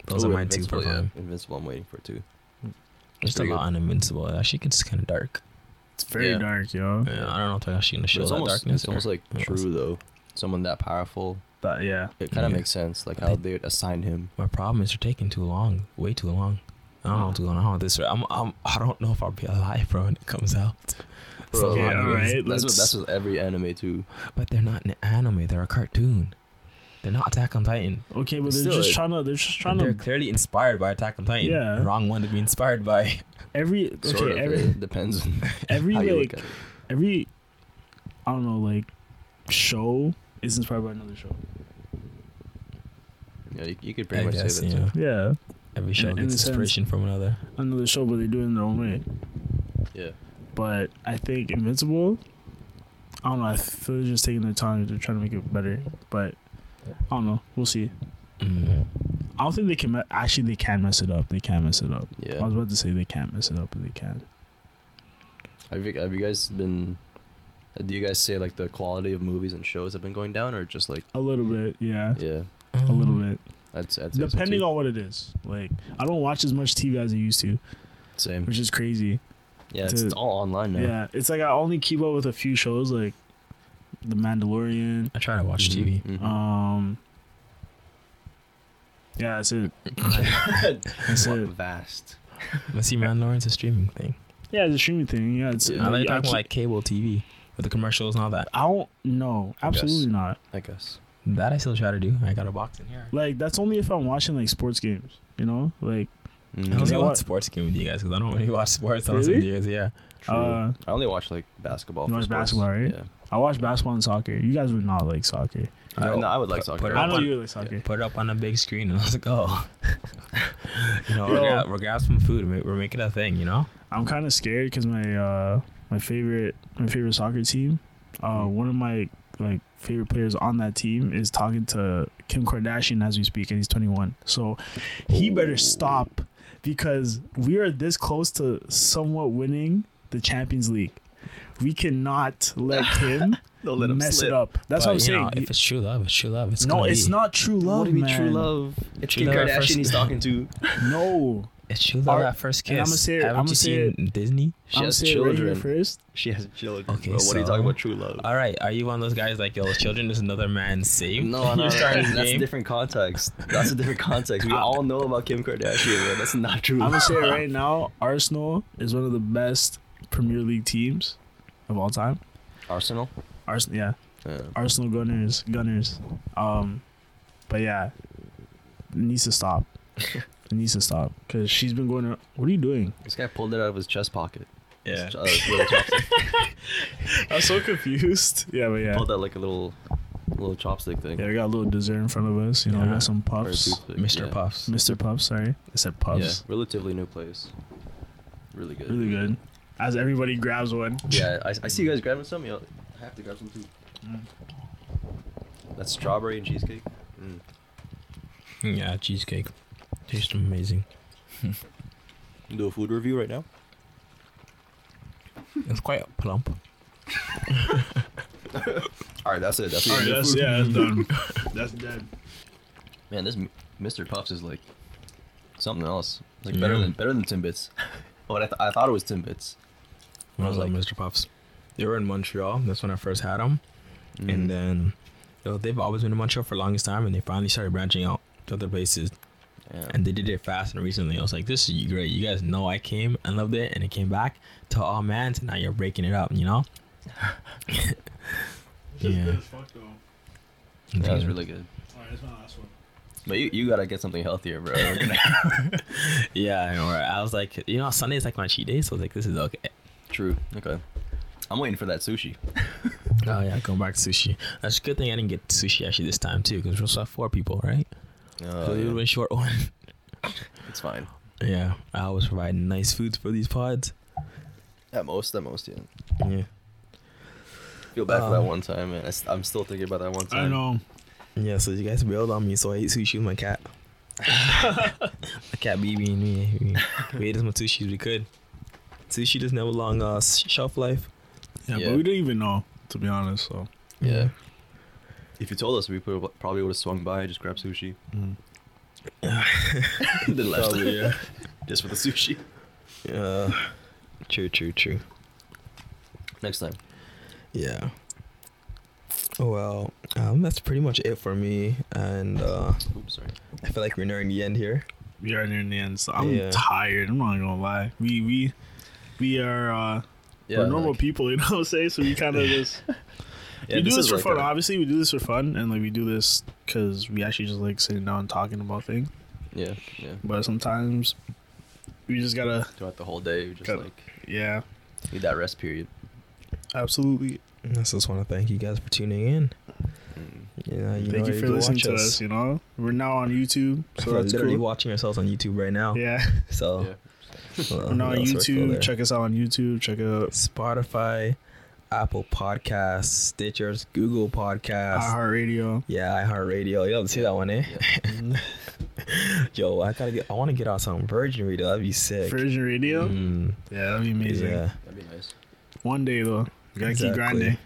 Those Ooh, are my two for Invincible, Prime. Invincible, I'm waiting for too. There's a pretty lot on Invincible. It actually gets kind of dark. It's very Yeah. dark, yo. Yeah, I don't know if they're actually gonna show it's that almost, darkness. it's almost or- like Yeah. true though. Someone that powerful, But yeah, it kind of Yeah. makes sense. I Like how think- they would assign him. my problem is they're taking too long, way too long. I don't know what's going on with this. I'm, I'm, I don't know if I'll be alive, bro, when it comes out. So Bro, Okay, I'm- alright. Hey, that's what let's- that's what every anime too. But they're not an anime. They're a cartoon. They're not Attack on Titan. okay, but they're Still, just it- trying to. They're just trying And they're to clearly inspired by Attack on Titan. Yeah. Wrong one to be inspired by. every okay Sort of. every It depends on every how you like look at it. every I don't know like show is inspired by another show. Yeah, you, you could I pretty much guess, say that. yeah. Too. Yeah, Every show In- in gets a sense. inspiration from another. another show, but they do it in their own way. Yeah. But I think Invincible. I don't know. I feel they're just taking their time. They're trying to make it better, but I don't know. We'll see. Mm. I don't think they can. Me- Actually, they can mess it up. They can mess it up. yeah, I was about to say they can't mess it up, but they can. Have you have you guys been? Do you guys say like the quality of movies and shows have been going down, or just like A little bit, yeah. yeah? A little Mm. bit. That's that's Depending on what it is. Like, I don't watch as much TV as I used to, same. which is crazy. Yeah, it's, to- it's all online now. Yeah. It's like I only keep up with a few shows, like The Mandalorian. I try to watch TV. Mhm, mhm. Um, yeah, that's it. Uh, That's What it. vast. I see Mandalorian's a streaming thing. Yeah, the streaming thing. Yeah, it's. Yeah, I like talking keep- like cable TV with the commercials and all that. I don't. No, absolutely not. I guess. That I still try to do. I got a box in here. Like that's only if I'm watching like sports games. You know, like I Mm. only Yeah, watch what- sports game with you guys because I don't really watch sports. I don't Really? see you guys, yeah. True. uh, I only watch like basketball. You for watch sports. basketball, right? Yeah. I watch basketball and soccer. You guys would not like soccer. I- Yo, no, I would like put- soccer. put it I up know on- you would like soccer. Put it up on a big screen and let's go. you know, Yo. we're gonna, we're gonna have some food. We're we're making a thing, you know? I'm kind of scared because my uh my favorite my favorite soccer team, uh Mm-hmm. one of my like favorite players on that team is talking to Kim Kardashian as we speak, and he's 21. So he better stop because we are this close to somewhat winning the Champions League. We cannot let him Don't mess it up. That's But, what I'm you saying. Know, if it's true love, it's true love. It's no, gonna it's be- not true love, what do you mean man. true love? It's True Kim love Kardashian first- he's talking to. No, It's true love Our- at first kiss. and I'ma say it- Haven't I'ma you say seen Disney? She I'm has saying it right here children. first. She has children. Okay, Bro, what are you so- talking about true love? All right, are you one of those guys like, yo, children is another man's save? No, no, You're no, starting that's, the that's a game? different context. That's a different context. We all know about Kim Kardashian, man. That's not true. I'm gonna say it right now. Arsenal is one of the best Premier League teams of all time. Arsenal. Arsenal, yeah, Yeah. Arsenal Gunners, Gunners. Um, but yeah, it needs to stop. It needs to stop because she's been going. ar- What are you doing? This guy pulled it out of his chest pocket. Yeah. His, uh, his little chopstick. I'm so confused. Yeah, but yeah, Pulled out like a little, little chopstick thing. yeah. We got a little dessert in front of us. You know, we Yeah. got some Or a puffs. toothpick, Mr. yeah. Puffs. Mr. Puffs, sorry, I said puffs. Yeah. Relatively new place. Really good. Really good. As everybody grabs one. Yeah, I, I see you guys grabbing some. Yo, I have to grab some too. Mm. That strawberry and cheesecake. Mm. Yeah, cheesecake. Tastes amazing. Do a food review right now. It's quite plump. All right, that's it. That's All it. right, that's yeah, that's done. That's dead. Man, this M- Mr. Puffs is like something else. It's like Yeah. better than better than Timbits. but I, th- I thought it was Timbits. When I was like, Like- Mr. Puffs. They were in Montreal. That's when I first had them, Mhm. and then you know, they've always been in Montreal for the longest time, and they finally started branching out to other places. yeah. And they did it fast and recently. I was like, this is great. You guys know I came and loved it, and it came back to all man. So now you're breaking it up, you know? It's just Yeah. good as fuck though. that was really good. Alright, that's my last one. But you, you gotta get something healthier, bro. We're gonna- Yeah, I know. right? I was like, you know, Sunday is like my cheat day, so I was like, this is okay. True. Okay. I'm waiting for that sushi. Oh yeah, going back to sushi. That's a good thing I didn't get sushi actually this time too, because we're supposed to have four people, right? so Oh, we would have yeah. been short one. It's fine. yeah, I always provide nice foods for these pods. At most, at most, yeah. Yeah, Feel bad for Um, that one time, man. I s- I'm still thinking about that one time. I know. yeah. So you guys bailed on me, so I ate sushi with my cat. my cat BB and me. We, we ate as much sushi as we could. Sushi doesn't have a long uh, s- shelf life. Yeah, Yeah. but we didn't even know, to be honest. So Yeah. If you told us, we prob- probably would have swung by, just grabbed sushi, then left. Probably, yeah. just for the sushi. Uh, true, true, true. Next time. Yeah. Well, um, that's pretty much it for me, and uh, Oops, sorry. I feel like we're nearing the end here. we are near the end. So I'm Yeah. tired. I'm not gonna lie. We we we are uh we're normal like- people, you know what I'm saying? So we kind of just yeah, we do this is for like fun. a- Obviously, we do this for fun, and like we do this because we actually just like sitting down and talking about things. Yeah, yeah. But sometimes we just gotta, Throughout the whole day, we just Cut. like yeah, need that rest period. absolutely. And I just want to thank you guys for tuning in. Mm. You know, Uh, you Thank know you for can listening watch to us. You know, we're now on YouTube, so We're that's literally cool. watching ourselves on YouTube right now. Yeah, So Yeah. well, we're now on what else we're still there? YouTube. Check us out on YouTube. Check out Spotify, Apple Podcasts, Stitchers, Google Podcasts. iHeartRadio. yeah, iHeartRadio. You have to see that one, eh? Yo, I gotta get. I want to get out some Virgin Radio. That'd be sick. Virgin Radio. Mm, Yeah, that'd be amazing. Yeah. That'd be nice. One day though, we gotta Exactly. keep grinding.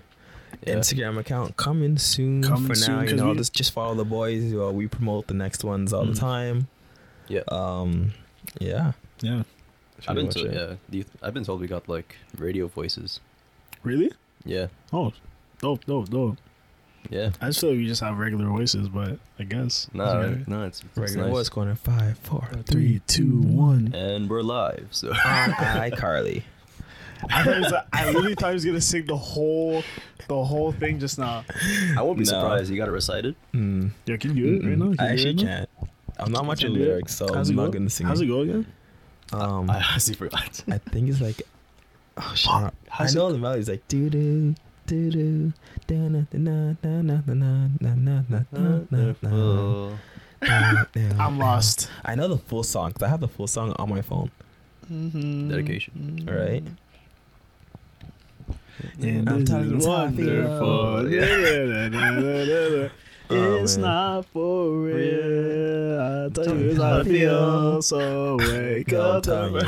Yeah. Instagram account coming soon. Coming for soon, now, you 'cause know, we- just just follow the boys. Well, we promote the next ones all the Mm. time. Yeah. Um. Yeah. Yeah, That's pretty I've been much told, it. yeah. Do you th- I've been told we got like radio voices. really? Yeah, Oh, dope, dope, dope. yeah. I just feel like we just have regular voices, but I guess No, Doesn't right. matter. no, it's, it's Regular nice. voice going in five, four, Three, two, one. And we're live, so on iCarly. I, thought he was- I literally thought he was gonna sing the whole, the whole thing just now. I won't be No. surprised. You got it recited. Mm. Yo, can you do it right now? Mm-mm. Can I you do it actually right now? can't. I'm not much in do it. lyrics, so How's it I'm go? not gonna sing. How's it go again? Um, I I, honestly forgot. think it's like. Oh, shit. I how's it know the melody's like doo doo doo doo da na na na na na na na na na na na na. Wonderful. I'm lost. I know the full song 'cause I have the full song on my phone. Mm-hmm. Dedication. All right. And I'm this telling you, it's is how I feel. wonderful. Oh, It's man. not for Oh, real. I tell you It's how I not feel. real. So wake Yo, I'm up. telling you.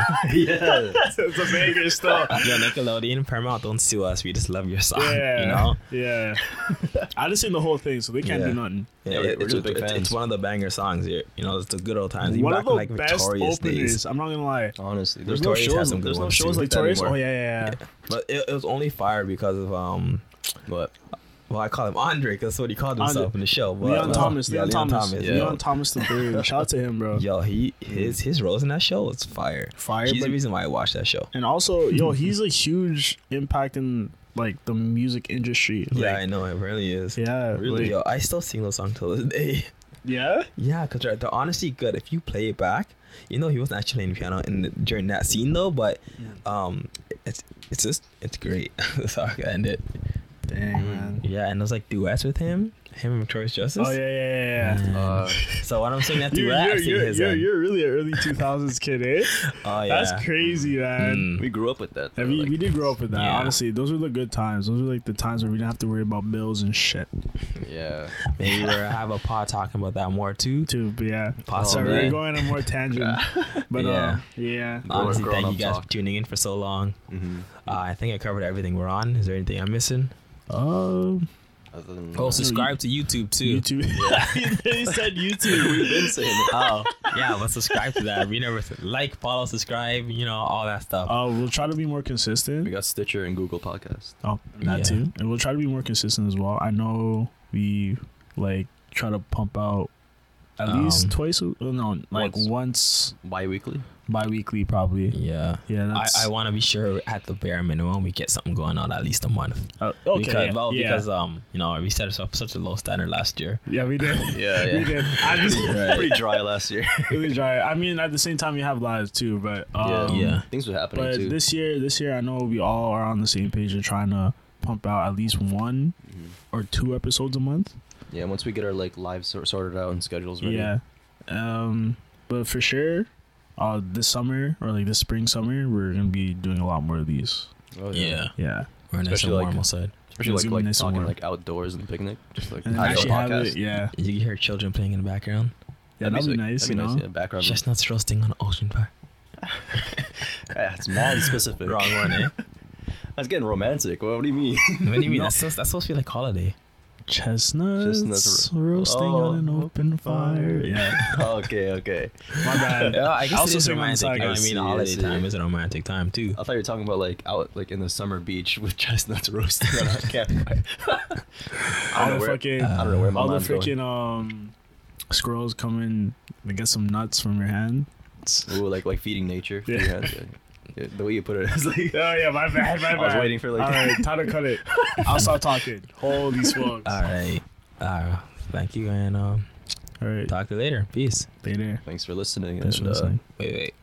yeah. It's a banger stuff. Yo, Nickelodeon, Paramount, don't sue us. We just love your song. Yeah. You know. Yeah. I just seen the whole thing, so they can't Yeah. do nothing. Yeah, Yeah, we're- it- we're it's, just a- big it's- it's fans. one of the banger songs here. You know, it's the good old times. Even One back of the in, like best Victorious openers. days. I'm not gonna lie. Honestly, There's there's no no Victoria's has shows. some good There's no ones, shows too. like that Victorious. Oh anymore. yeah, yeah, yeah. But it, it was only fire because of um, But well, I call him Andre because that's what he called Andre- himself in the show. But, Leon uh, Thomas. yeah, Leon Thomas. yeah. Leon Thomas the Brave. Shout out to him, bro. Yo, he his his roles in that show was fire. Fire. He's but- the reason why I watched that show. And also, yo, he's a huge impact in like the music industry. yeah, I Like, know it really is. yeah, Really? like- Yo, I still sing those songs till this day. yeah. Yeah, because they're, they're honestly good. If you play it back, you know he wasn't actually playing piano in the, during that scene though. But um, it's it's just it's great. That's how I can end it. Mm. Dang man. Yeah, and I was like duets with him, him and Victorious Justice. Oh yeah, yeah, yeah. yeah. And Uh, so when I'm singing that You're, duet, I you're, sing you're, his you're, end. you're really an early 2000s kid, eh? oh yeah, That's crazy, man. Mm. we grew up with that. I though, mean, like- we did grow up with that. Yeah. Honestly, those were the good times. Those were like the times where we didn't have to worry about bills and shit. Yeah. Maybe we'll have a pod talking about that more too. Too, but yeah. Possibly. Sorry, we're going on a more tangent. but yeah. Yeah. Uh, yeah. Grown- Honestly, grown thank you up guys for talk. tuning in for so long. Mhm. Uh, I think I covered everything we're on. Is there anything I'm missing? Um, Uh, Other than Oh, that. subscribe to YouTube too. YouTube. he said YouTube. We've been saying it. Oh, yeah, but subscribe to that. We never like, follow, subscribe, you know, all that stuff. Uh, we'll try to be more consistent. We got Stitcher and Google Podcast. Oh, that Yeah. too. And we'll try to be more consistent as well. I know we like try to pump out at Um, least twice. A, uh, no, like once. once Bi-weekly. bi-weekly probably. Yeah. Yeah, I, that's. uh, I want to be sure at the bare minimum we get something going on at least a month. uh, okay. Because, yeah, well, yeah. because um, you know, we set us up such a low standard last year. yeah, we did. Yeah, We did. I just Pretty dry last year. really dry. I mean, at the same time, you have lives too, but um, Yeah. Things were happening But too. this year, this year, I know we all are on the same page and trying to pump out at least one Mm-hmm. Mhm. or two episodes a month. Yeah, once we get our like lives sor- sorted out and schedules ready. Yeah. Um, but for sure, uh, this summer or like this spring summer, we're gonna be doing a lot more of these. Oh, Yeah. We're nice Especially, and like- warm outside. Especially It's like gonna be like nice and talking warm. like outdoors and picnic, just like And then audio actually have podcast. it. Yeah. You can hear children playing in the background. Yeah, that'd, be sick. nice. That'd be you know? nice. Yeah, background. Chestnuts roasting on ocean fire. Yeah, it's mad specific. Wrong one, eh? That's getting romantic. What, what do you mean? What do you mean? No. That's, supposed- that's supposed to be like holiday. Chestnuts, Chestnuts roasting Oh. on an open fire. fire. Yeah. okay, okay. My bad. Yeah, I guess Also it is sing on the romantic. side, you know what I guys. mean, Yeah, holiday see. time is a romantic time too. I thought you were talking about like out like in the summer beach with chestnuts roasting on a campfire. I All don't the know where. fucking. I don't know where my all the mind's going. freaking um squirrels come in and get some nuts from your hand. Ooh, like like feeding nature. Yeah. Yeah. Yeah, The way you put it is like Oh yeah, my bad, my I was waiting for, like- All right, time to cut it. I'll stop talking. Holy smokes! All right. All right. Thank you, and um, All right, talk to you later. Peace. later. Thanks for listening. Thanks for and, uh, listening. Wait, wait.